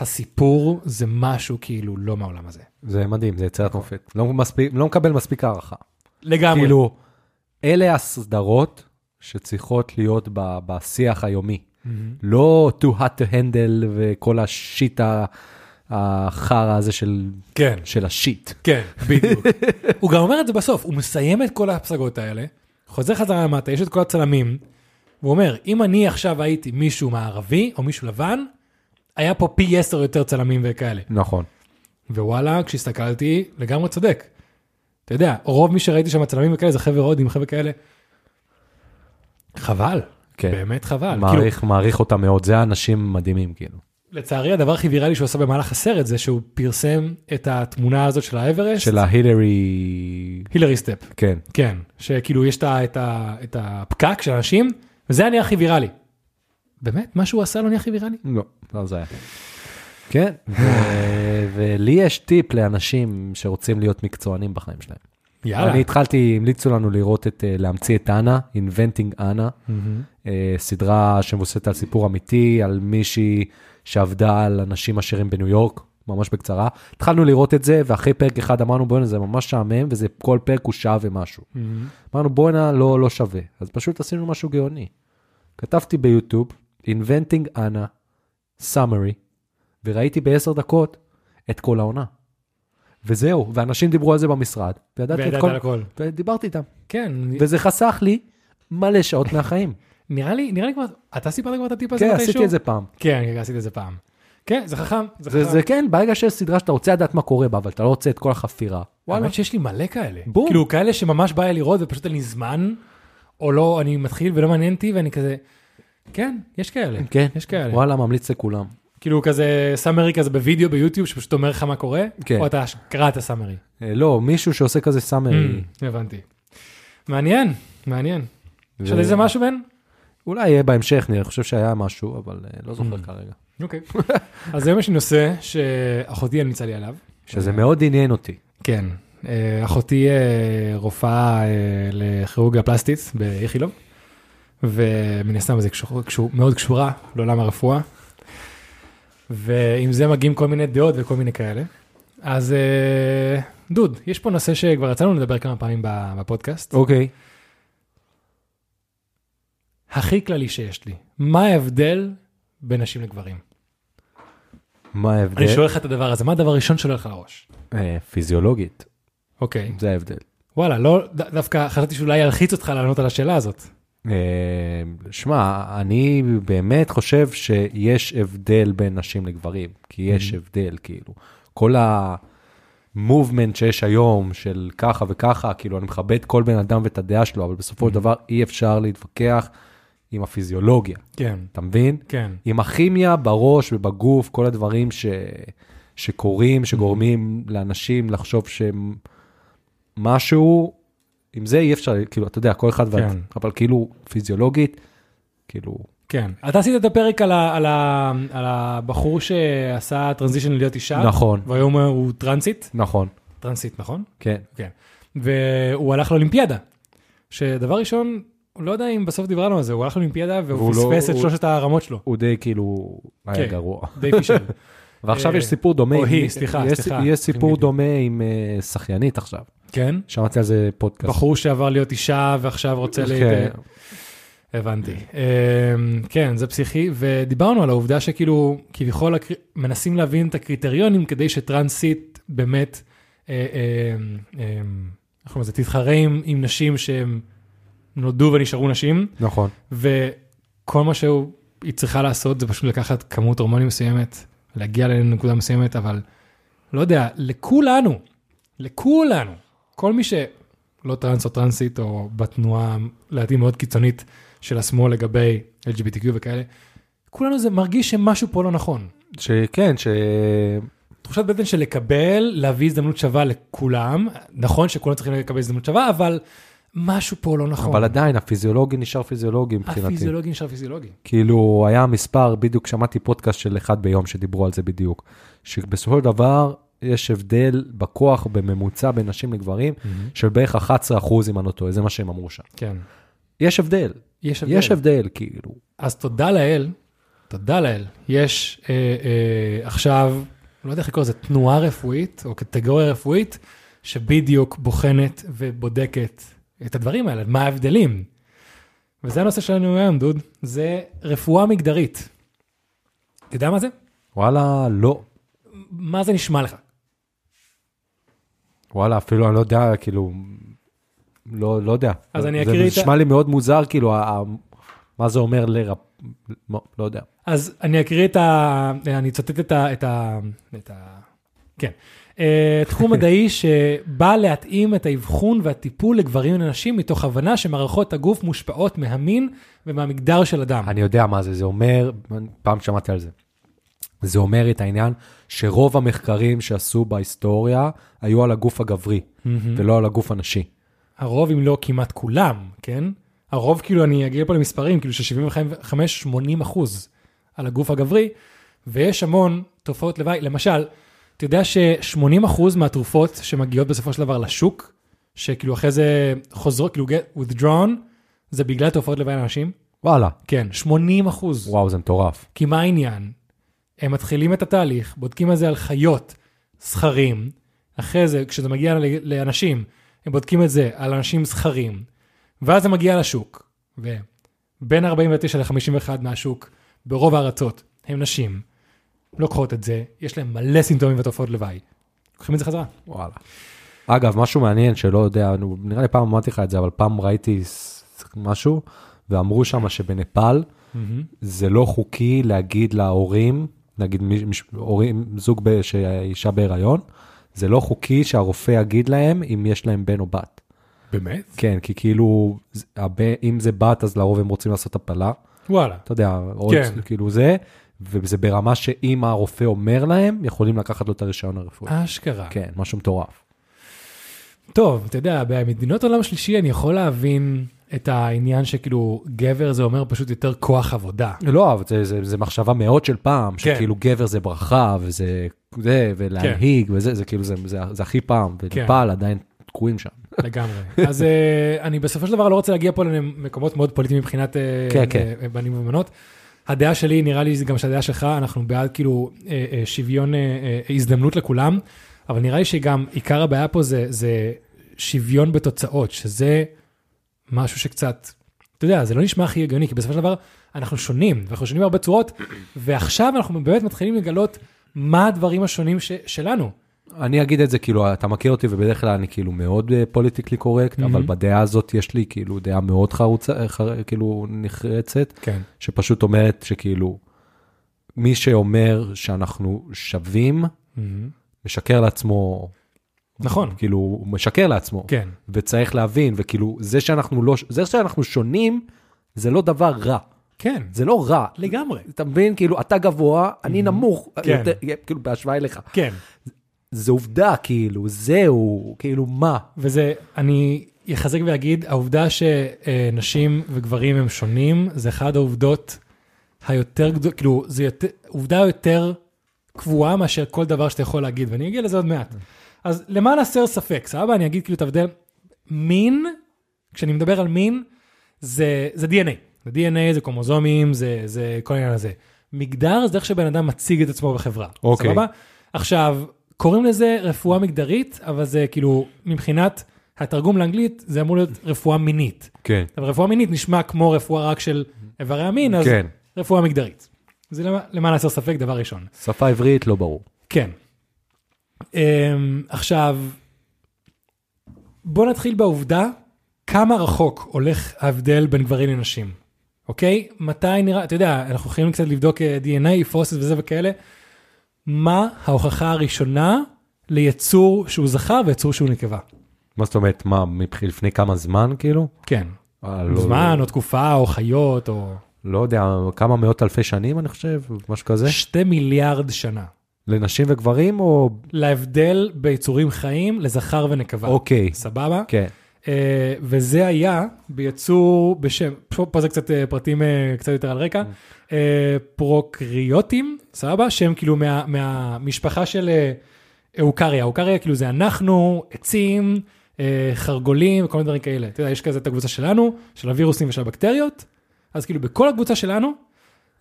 Speaker 1: הסיפור זה משהו כאילו לא מהעולם הזה.
Speaker 2: זה מדהים, זה יצירת מופת. לא, מספיק, לא מקבל מספיק הערכה.
Speaker 1: לגמרי.
Speaker 2: כאילו, אלה הסדרות שצריכות להיות ב, בשיח היומי.
Speaker 1: מהמם.
Speaker 2: לא too hot to handle וכל השיט ה- החרא הזה של,
Speaker 1: כן,
Speaker 2: של השיט.
Speaker 1: כן, בדיוק. הוא גם אומר את זה בסוף, הוא מסיים את כל ההפסגות האלה, חוזר חזרה למטה, יש את כל הצלמים, והוא אומר, אם אני עכשיו הייתי מישהו מערבי או מישהו לבן, היה פה פי עשר יותר צלמים וכאלה.
Speaker 2: נכון.
Speaker 1: ווואלה, כשהסתכלתי, לגמרי צודק. אתה יודע, רוב מי שראיתי שם הצלמים וכאלה זה חבר'ה הודים, חבר'ה כאלה. חבל,
Speaker 2: כן.
Speaker 1: באמת חבל. כאילו,
Speaker 2: מעריך, מעריך אותה מאוד, זה אנשים מדהימים כאילו.
Speaker 1: לצערי הדבר הכי ויראלי שהוא עשה במהלך הסרט זה שהוא פרסם את התמונה הזאת של האברסט,
Speaker 2: של ההילרי,
Speaker 1: הילרי סטפ.
Speaker 2: כן,
Speaker 1: כן, שכאילו יש את, ה, את, ה, את הפקק של אנשים, וזה הנהיה הכי ויראלי. באמת? מה שהוא עשה לא נהיה הכי ויראלי?
Speaker 2: לא, לא זה היה. כן, ו- ולי יש טיפ לאנשים שרוצים להיות מקצוענים בחיים שלהם.
Speaker 1: יאללה.
Speaker 2: אני התחלתי, המליצו לנו לראות את, אה, להמציא את אנה, Inventing Anna,
Speaker 1: מהמם.
Speaker 2: אה, סדרה שמבוססת על סיפור אמיתי, על מישהי שעבדה על אנשים עשירים בניו יורק, ממש בקצרה. התחלנו לראות את זה, ואחרי פרק אחד אמרנו, בוא'נה, זה ממש שעמם, וזה כל פרק הוא שעה ומשהו.
Speaker 1: מהמם.
Speaker 2: אמרנו, בוא'נה, לא, לא שווה. אז פשוט עשינו משהו גאוני. כתבתי ביוטיוב, Inventing Anna, summary, וראיתי בעשר דקות את כל העונה. וזהו, ואנשים דיברו על זה במשרד, וידעתי את
Speaker 1: וידעת
Speaker 2: כל...
Speaker 1: על הכל.
Speaker 2: ודיברתי איתם,
Speaker 1: כן,
Speaker 2: וזה חסך לי מלא שעות מהחיים.
Speaker 1: נראה לי, נראה לי כבר, אתה סיפרת כבר את הטיפ הזה
Speaker 2: כן,
Speaker 1: מתישהו?
Speaker 2: עשיתי את זה פעם.
Speaker 1: כן, כן, עשיתי את זה פעם. כן, זה חכם. זה
Speaker 2: זה,
Speaker 1: חכם.
Speaker 2: זה כן, ברגע שיש סדרה שאתה רוצה לדעת מה קורה בה, אבל אתה לא רוצה את כל החפירה. וואלה.
Speaker 1: האמת שיש לי מלא כאלה.
Speaker 2: בום.
Speaker 1: כאילו כאלה שממש בא לי לראות ופשוט אין לי זמן, או לא, אני מתחיל ולא מעניין אותי ואני כזה, כן, יש כאלה.
Speaker 2: כן,
Speaker 1: יש כאלה.
Speaker 2: וואלה, ממליץ לכולם.
Speaker 1: כאילו כזה סאמרי כזה בווידאו ביוטיוב שפשוט אומר לך מה קורה,
Speaker 2: כן.
Speaker 1: או אתה קראת סאמרי.
Speaker 2: אה, לא, מישהו שעושה כזה סאמרי.
Speaker 1: Mm, הבנתי. מעניין, מעניין. יש עוד
Speaker 2: ו-
Speaker 1: איזה משהו בן?
Speaker 2: אולי יהיה בהמשך, אני חושב שהיה משהו, אבל אה, לא זוכר כרגע.
Speaker 1: אוקיי. אז היום יש לי נושא שאחותי המליצה לי עליו.
Speaker 2: שזה מאוד עניין אותי.
Speaker 1: כן. אה, אחותי אה, רופאה אה, לכירורגיה פלסטית באיכילוב, ומן הסתם זה קשור, קשור, מאוד קשורה לעולם הרפואה. ועם זה מגיעים כל מיני דעות וכל מיני כאלה. אז אה, דוד, יש פה נושא שכבר יצא לנו לדבר כמה פעמים בפודקאסט.
Speaker 2: אוקיי.
Speaker 1: הכי כללי שיש לי, מה ההבדל בין נשים לגברים?
Speaker 2: מה ההבדל?
Speaker 1: אני שואל לך את הדבר הזה, מה הדבר הראשון שעולה לך לראש?
Speaker 2: אה, פיזיולוגית,
Speaker 1: אוקיי,
Speaker 2: זה ההבדל.
Speaker 1: וואלה, לא, ד- דווקא חשבתי שאולי ילחיץ אותך לענות על השאלה הזאת.
Speaker 2: אה, שמע, אני באמת חושב שיש הבדל בין נשים לגברים, כי
Speaker 1: Mm-hmm.
Speaker 2: יש הבדל, כאילו. כל המובמנט שיש היום של ככה וככה, כאילו, אני מכבד כל בן אדם ואת הדעה שלו, אבל בסופו
Speaker 1: Mm-hmm.
Speaker 2: של דבר אי אפשר להתווכח עם הפיזיולוגיה,
Speaker 1: כן,
Speaker 2: אתה מבין?
Speaker 1: כן.
Speaker 2: עם הכימיה בראש ובגוף, כל הדברים ש... שקורים, שגורמים לאנשים לחשוב שהם משהו, עם זה אי אפשר, כאילו, אתה יודע, כל אחד, וה-
Speaker 1: כן.
Speaker 2: אבל כאילו, פיזיולוגית, כאילו,
Speaker 1: כן. אתה עשית את הפרק על, ה, על, ה, על הבחור שעשה טרנזישן להיות אישה,
Speaker 2: נכון,
Speaker 1: והיום הוא טרנסית,
Speaker 2: נכון,
Speaker 1: טרנסית, נכון?
Speaker 2: כן,
Speaker 1: כן. והוא הלך לאולימפיאדה, שדבר ראשון, לא יודע אם בסוף דיברנו על זה, הוא הלך לאולימפיאדה והוא
Speaker 2: והוא לא-
Speaker 1: פספס את
Speaker 2: הוא-
Speaker 1: שלושת הרמות שלו,
Speaker 2: הוא די כאילו היה
Speaker 1: כן.
Speaker 2: גרוע.
Speaker 1: די פישל.
Speaker 2: ועכשיו
Speaker 1: אה,
Speaker 2: יש סיפור דומה,
Speaker 1: או
Speaker 2: עם-
Speaker 1: היא, סליחה,
Speaker 2: יש-
Speaker 1: סליחה. כן,
Speaker 2: יש סיפור
Speaker 1: חימיתי.
Speaker 2: דומה עם אה, שחיינית עכשיו,
Speaker 1: כן?
Speaker 2: שמעתי על זה פודקאסט.
Speaker 1: בחור שעבר להיות אישה ועכשיו רוצה ל...
Speaker 2: כן.
Speaker 1: הבנתי. אמ, כן, זה פסיכי, ודיברנו על העובדה שכאילו, כביכול הקר- מנסים להבין את הקריטריונים כדי שטרנסית באמת, אה, אמ, אמ, איך קוראים לזה, תתחרה עם עם נשים שהן נולדו ונשארו נשים,
Speaker 2: נכון,
Speaker 1: וכל מה שהוא- היא צריכה לעשות זה פשוט לקחת כמות הורמונים מסוימת, להגיע לנקודה מסוימת, אבל לא יודע, לכולנו, לכולנו, כל מי שלא טרנס או טרנסית, או בתנועה לעתים מאוד קיצונית של השמאל לגבי LGBTQ וכאלה, כולנו זה מרגיש שמשהו פה לא נכון.
Speaker 2: שכן, ש...
Speaker 1: תחושת בטן של לקבל, להביא הזדמנות שווה לכולם, נכון שכולם צריכים לקבל הזדמנות שווה, אבל משהו פה לא נכון.
Speaker 2: אבל עדיין הפיזיולוגי נשאר פיזיולוגי מבחינתי.
Speaker 1: הפיזיולוגי נשאר פיזיולוגי.
Speaker 2: כאילו היה מספר, בדיוק שמעתי פודקאסט של אחד ביום שדיברו על זה בדיוק, שבסופו של דבר יש הבדל בכוח בממוצע בין נשים לגברים של בערך 11 אחוז, אם אני לא טועה, זה מה שהם אמרו שם.
Speaker 1: כן.
Speaker 2: יש הבדל,
Speaker 1: יש הבדל.
Speaker 2: יש הבדל, כאילו.
Speaker 1: אז תודה לאל, תודה לאל, יש אה, אה, עכשיו, לא יודע איך לקרוא לזה, תנועה רפואית או קטגוריה רפואית, שבדיוק בוחנת ובודקת את הדברים האלה, מה ההבדלים. וזה הנושא שלנו היום, דוד, זה רפואה מגדרית. אתה יודע מה זה?
Speaker 2: וואלה, לא.
Speaker 1: מה זה נשמע לך?
Speaker 2: וואלה, אפילו אני לא יודע, כאילו, לא, לא יודע.
Speaker 1: אז אני
Speaker 2: זה
Speaker 1: אקריא את ה-
Speaker 2: נשמע לי מאוד מוזר, כאילו, ה- ה- מה זה אומר לרפ... לא, לא יודע.
Speaker 1: אז אני אקריא את ה... אני אצטט את ה... את ה... את ה... כן. אה, תחום מדעי שבא להתאים את האבחון והטיפול לגברים ולנשים מתוך הבנה שמערכות הגוף מושפעות מהמין ומהמגדר של אדם.
Speaker 2: אני יודע מה זה, זה אומר, פעם שמעתי על זה. זה אומר את העניין שרוב המחקרים שעשו בהיסטוריה היו על הגוף הגברי,
Speaker 1: Mm-hmm.
Speaker 2: ולא על הגוף הנשי.
Speaker 1: הרוב אם לא כמעט כולם, כן? הרוב כאילו אני אגיע פה למספרים כאילו של 75-80 אחוז על הגוף הגברי, ויש המון תופעות לוואי. למשל, אתה יודע ש-80 אחוז מהתרופות שמגיעות בסופו של דבר לשוק, שכאילו אחרי זה חוזרות, כאילו get withdrawn, זה בגלל תופעות לוואי לאנשים?
Speaker 2: וואלה,
Speaker 1: כן, 80 אחוז.
Speaker 2: וואו, זה מטורף.
Speaker 1: כי מה העניין? הם מתחילים את התהליך, בודקים את זה על חיות, זכרים, אחרי זה, כשזה מגיע ל- לאנשים, הם בודקים את זה על אנשים זכרים, ואז זה מגיע לשוק, ובין 49 ל-51 מהשוק, ברוב הארצות, הם נשים, לוקחות את זה, יש להם מלא סימפטומים ותופעות לוואי. לוקחים את זה חזרה.
Speaker 2: וואלה. אגב, משהו מעניין שלא יודע, נו, נראה לי פעם אמרתי לך את זה, אבל פעם ראיתי ס- משהו, ואמרו שם שבנפאל זה לא חוקי להגיד להורים, נגיד מי- מש- הורים, זוג ב- שהאישה בהיריון, זה לא חוקי שהרופא יגיד להם אם יש להם בן או בת.
Speaker 1: באמת?
Speaker 2: כן, כי כאילו, זה- הבן- אם זה בת, אז לרוב הם רוצים לעשות הפלה,
Speaker 1: וואלה.
Speaker 2: אתה יודע, עוד
Speaker 1: כן.
Speaker 2: כאילו זה, וזה ברמה שאם הרופא אומר להם, יכולים לקחת לו את הרישיון הרפואי.
Speaker 1: אשכרה.
Speaker 2: כן, משהו מטורף.
Speaker 1: טוב, אתה יודע, במדינות עולם שלישי אני יכול להבין את העניין שכאילו גבר זה אומר פשוט יותר כוח עבודה.
Speaker 2: לא, אבל זה, זה, זה מחשבה מאוד של פעם,
Speaker 1: כן.
Speaker 2: שכאילו גבר זה ברכה, וזה זה,
Speaker 1: כן.
Speaker 2: ולהנהיג, וזה, זה כאילו, זה, זה, זה הכי פעם, ונפאל עדיין תקועים שם.
Speaker 1: לגמרי. אז אה, אני בסופו של דבר לא רוצה להגיע פה למקומות מאוד פוליטיים מבחינת אה,
Speaker 2: כן, כן.
Speaker 1: אה, בנים ובנות. הדעה שלי, נראה לי זה גם שהדעה שלך, אנחנו בעד כאילו אה, אה, שוויון אה, אה, הזדמנות לכולם, אבל נראה לי שגם עיקר הבעיה פה זה, זה שוויון בתוצאות, שזה משהו שקצת, אתה יודע, זה לא נשמע הכי הגיוני, כי בסופו של דבר אנחנו שונים, ואנחנו שונים בהרבה צורות, ועכשיו אנחנו באמת מתחילים לגלות מה הדברים השונים ש- שלנו.
Speaker 2: אני אגיד את זה, כאילו, אתה מכיר אותי, ובדרך כלל אני כאילו מאוד אה, פוליטיקלי קורקט, אבל בדעה הזאת יש לי כאילו דעה מאוד חרוצה, אה, חר, כאילו נחרצת,
Speaker 1: כן.
Speaker 2: שפשוט אומרת שכאילו, מי שאומר שאנחנו שווים, משקר לעצמו,
Speaker 1: נכון,
Speaker 2: כאילו, הוא משקר לעצמו.
Speaker 1: כן.
Speaker 2: וצריך להבין, וכאילו, זה שאנחנו לא, זה שאנחנו שונים, זה לא דבר רע.
Speaker 1: כן,
Speaker 2: זה לא רע.
Speaker 1: לגמרי.
Speaker 2: אתה מבין? כאילו, אתה גבוה, אני נמוך,
Speaker 1: כן.
Speaker 2: יותר, כאילו, בהשוואה אליך.
Speaker 1: כן.
Speaker 2: זה עובדה, כאילו, זהו, כאילו, מה?
Speaker 1: וזה, אני אחזק ואגיד, העובדה שנשים וגברים הם שונים, זה אחת העובדות היותר גדולות, כאילו, זו יותר, עובדה יותר קבועה מאשר כל דבר שאתה יכול להגיד, ואני אגיע לזה עוד מעט. אז למען הסר ספק, סבבה? אני אגיד כאילו את ההבדל. מין, כשאני מדבר על מין, זה, זה DNA. זה DNA, זה קרומוזומים, זה, זה כל העניין הזה. מגדר זה איך שבן אדם מציג את עצמו בחברה.
Speaker 2: אוקיי.
Speaker 1: סבבה? עכשיו, קוראים לזה רפואה מגדרית, אבל זה כאילו, מבחינת התרגום לאנגלית, זה אמור להיות רפואה מינית.
Speaker 2: כן.
Speaker 1: אבל רפואה מינית נשמע כמו רפואה רק של איברי המין, אז
Speaker 2: כן.
Speaker 1: רפואה מגדרית. זה למע- למען הסר ספק דבר ראשון.
Speaker 2: שפה עברית, לא ברור.
Speaker 1: כן. Um, עכשיו, בוא נתחיל בעובדה כמה רחוק הולך ההבדל בין גברים לנשים, אוקיי? מתי נראה, אתה יודע, אנחנו יכולים קצת לבדוק אה, DNA, פוסט וזה וכאלה. מה ההוכחה הראשונה ליצור שהוא זכר ויצור שהוא נקבה?
Speaker 2: מה זאת אומרת, מה, מבחינת לפני כמה זמן, כאילו?
Speaker 1: כן.
Speaker 2: אה, לא-
Speaker 1: זמן או תקופה או חיות או
Speaker 2: לא יודע, כמה מאות אלפי שנים, אני חושב, משהו כזה.
Speaker 1: שתי מיליארד שנה.
Speaker 2: לנשים וגברים, או...
Speaker 1: להבדל ביצורים חיים לזכר ונקבה.
Speaker 2: אוקיי.
Speaker 1: סבבה?
Speaker 2: כן.
Speaker 1: אה, וזה היה ביצור בשם, פה, פה זה קצת אה, פרטים אה, קצת יותר על רקע, אה, פרוקריוטים, סבבה? שהם כאילו מה, מהמשפחה של אה, אהוקריה, אהוקריה כאילו זה אנחנו, עצים, אה, חרגולים וכל מיני דברים כאלה. אתה יודע, יש כזה את הקבוצה שלנו, של הווירוסים ושל הבקטריות, אז כאילו בכל הקבוצה שלנו,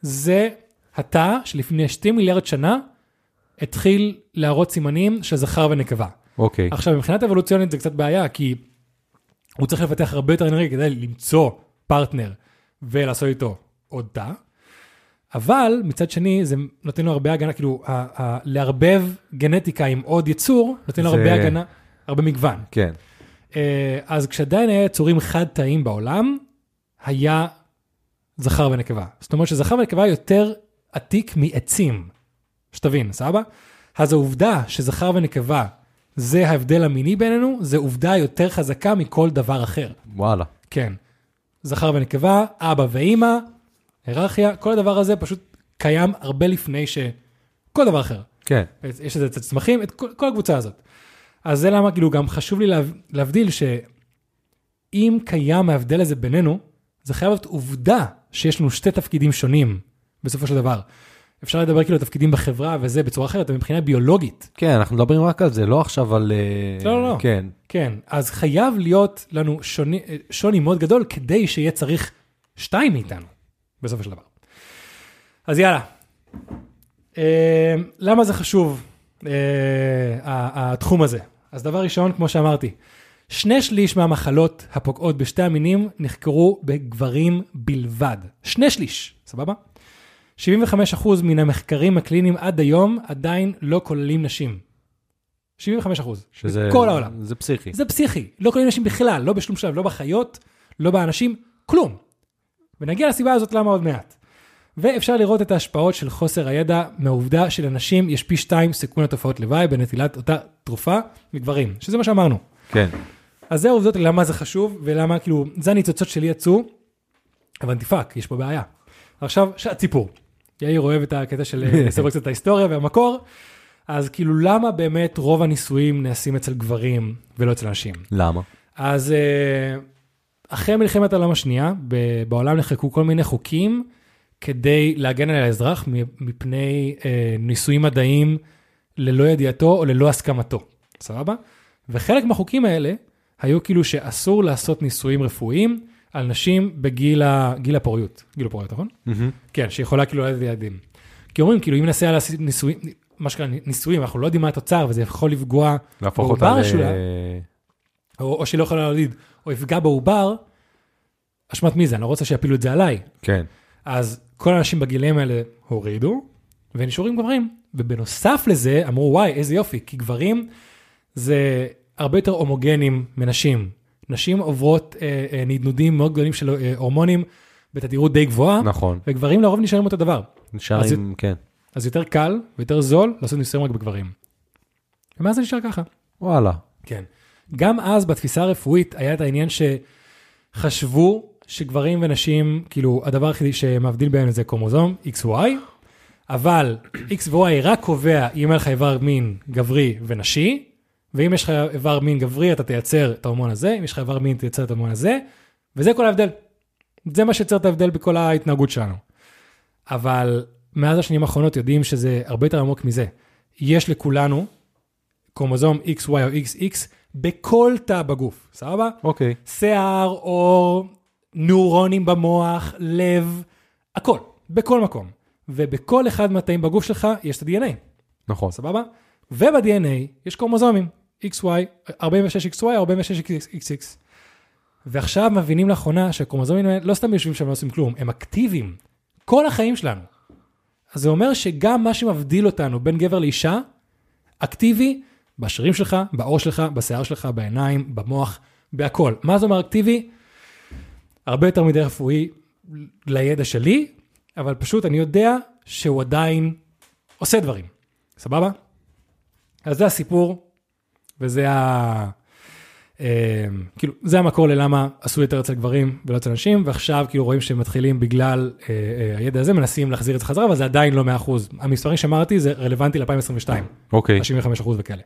Speaker 1: זה התא שלפני 2 מיליארד שנה התחיל להראות סימנים של זכר ונקבה.
Speaker 2: אוקיי.
Speaker 1: עכשיו, מבחינת אבולוציונית זה קצת בעיה, כי הוא צריך לפתח הרבה יותר אנרגיה כדי למצוא פרטנר ולעשות איתו עוד תא, אבל מצד שני זה נותן לו הרבה הגנה, כאילו, ה- ה- לערבב גנטיקה עם עוד יצור, נותן לו
Speaker 2: זה-
Speaker 1: הרבה הגנה, הרבה מגוון.
Speaker 2: כן.
Speaker 1: אה, אז כשעדיין היה יצורים חד-תאיים בעולם, היה זכר ונקבה. זאת אומרת שזכר ונקבה יותר עתיק מעצים. שתבין, סבבה? אז העובדה שזכר ונקבה זה ההבדל המיני בינינו, זה עובדה יותר חזקה מכל דבר אחר.
Speaker 2: וואלה.
Speaker 1: כן. זכר ונקבה, אבא ואימא, היררכיה, כל הדבר הזה פשוט קיים הרבה לפני ש... כל דבר אחר.
Speaker 2: כן.
Speaker 1: יש לזה את הצמחים, את כל, כל הקבוצה הזאת. אז זה למה כאילו גם חשוב לי להב- להבדיל שאם קיים ההבדל הזה בינינו, זה חייב להיות עובדה שיש לנו שתי תפקידים שונים בסופו של דבר. אפשר לדבר כאילו על תפקידים בחברה וזה בצורה אחרת, אבל מבחינה ביולוגית.
Speaker 2: כן, אנחנו מדברים רק על זה, לא עכשיו על... אה,
Speaker 1: לא, לא, לא.
Speaker 2: כן.
Speaker 1: כן, אז חייב להיות לנו שוני, שוני מאוד גדול כדי שיהיה צריך שתיים מאיתנו, בסופו של דבר. אז יאללה. אה, למה זה חשוב, אה, ה- התחום הזה? אז דבר ראשון, כמו שאמרתי, שני שליש מהמחלות הפוגעות בשתי המינים נחקרו בגברים בלבד. שני שליש, סבבה? 75% מן המחקרים הקליניים עד היום עדיין לא כוללים נשים. 75%.
Speaker 2: שזה...
Speaker 1: בכל העולם.
Speaker 2: זה פסיכי.
Speaker 1: זה פסיכי, לא כוללים נשים בכלל, לא בשום שלב, לא בחיות, לא באנשים, כלום. ונגיע לסיבה הזאת למה עוד מעט. ואפשר לראות את ההשפעות של חוסר הידע מהעובדה שלנשים יש פי שתיים סיכון לתופעות לוואי בנטילת אותה תרופה מגברים, שזה מה שאמרנו.
Speaker 2: כן.
Speaker 1: אז זה העובדות למה זה חשוב, ולמה כאילו, זה הניצוצות שלי יצאו, אבל דפאק, יש פה בעיה. עכשיו, שעת סיפור. יאיר אוהב את הקטע של אה, לספר קצת את ההיסטוריה והמקור, אז כאילו למה באמת רוב הניסויים נעשים אצל גברים ולא אצל נשים?
Speaker 2: למה?
Speaker 1: אז אה, אחרי מלחמת העולם השנייה, ב- בעולם נחקקו כל מיני חוקים כדי להגן על האזרח מ- מפני אה, ניסויים מדעיים ללא ידיעתו או ללא הסכמתו, סבבה? וחלק מהחוקים האלה היו כאילו שאסור לעשות ניסויים רפואיים על נשים בגיל ה- גיל הפוריות, גיל הפוריות, נכון? כן, שיכולה כאילו ללדת ילדים. כי אומרים, כאילו, אם נעשה על הס- ניסויים, מה שקרה, ניסויים, אנחנו לא יודעים מה התוצר, וזה יכול לפגוע
Speaker 2: להפוך אותה
Speaker 1: בעובר
Speaker 2: ל...
Speaker 1: שלה. או, או שלא יכולה להוליד, או יפגע בעובר, אשמת מי זה? אני לא רוצה שיפילו את זה עליי.
Speaker 2: כן.
Speaker 1: אז כל האנשים בגילים האלה הורידו, ונשארים גברים. ובנוסף לזה, אמרו, וואי, איזה יופי, כי גברים זה הרבה יותר הומוגנים מנשים. נשים עוברות אה, אה, נדנודים מאוד גדולים של אה, הורמונים בתדירות די גבוהה,
Speaker 2: נכון.
Speaker 1: וגברים לרוב נשארים אותו דבר.
Speaker 2: נשאר
Speaker 1: אז
Speaker 2: עם... כן.
Speaker 1: אז יותר קל ויותר זול לעשות ניסויים רק בגברים. ומאז זה נשאר ככה.
Speaker 2: וואלה.
Speaker 1: כן. גם אז בתפיסה הרפואית היה את העניין שחשבו שגברים ונשים, כאילו הדבר היחידי שמבדיל ביניהם זה קרומוזום, XY, אבל X ו-Y רק קובע אם אין לך איבר מין גברי ונשי, ואם יש לך איבר מין גברי אתה תייצר את ההורמון הזה, אם יש לך איבר מין תייצר את ההורמון הזה, וזה כל ההבדל. זה מה שיוצר את ההבדל בכל ההתנהגות שלנו. אבל מאז השנים האחרונות יודעים שזה הרבה יותר עמוק מזה. יש לכולנו קרומוזום XY או XX בכל תא בגוף, סבבה?
Speaker 2: אוקיי.
Speaker 1: שיער, עור, נוירונים במוח, לב, הכל, בכל מקום. ובכל אחד מהתאים בגוף שלך יש את ה-DNA,
Speaker 2: נכון.
Speaker 1: סבבה? וב-DNA יש קרומוזומים, XY, 46XY, 46XX. ועכשיו מבינים לאחרונה שהקרומוזומים האלה לא סתם יושבים שם ולא עושים כלום, הם אקטיביים כל החיים שלנו. אז זה אומר שגם מה שמבדיל אותנו בין גבר לאישה, אקטיבי בשרירים שלך, בעור שלך, בשיער שלך, בעיניים, במוח, בהכל. מה זה אומר אקטיבי? הרבה יותר מדי רפואי לידע שלי, אבל פשוט אני יודע שהוא עדיין עושה דברים, סבבה? אז זה הסיפור, וזה ה... אה, כאילו, זה המקור ללמה עשו יותר אצל גברים ולא אצל נשים, ועכשיו כאילו רואים שהם מתחילים בגלל אה, אה, הידע הזה, מנסים להחזיר את זה חזרה, אבל זה עדיין לא 100%. המספרים שאמרתי זה רלוונטי ל-2022.
Speaker 2: אוקיי.
Speaker 1: 95% וכאלה.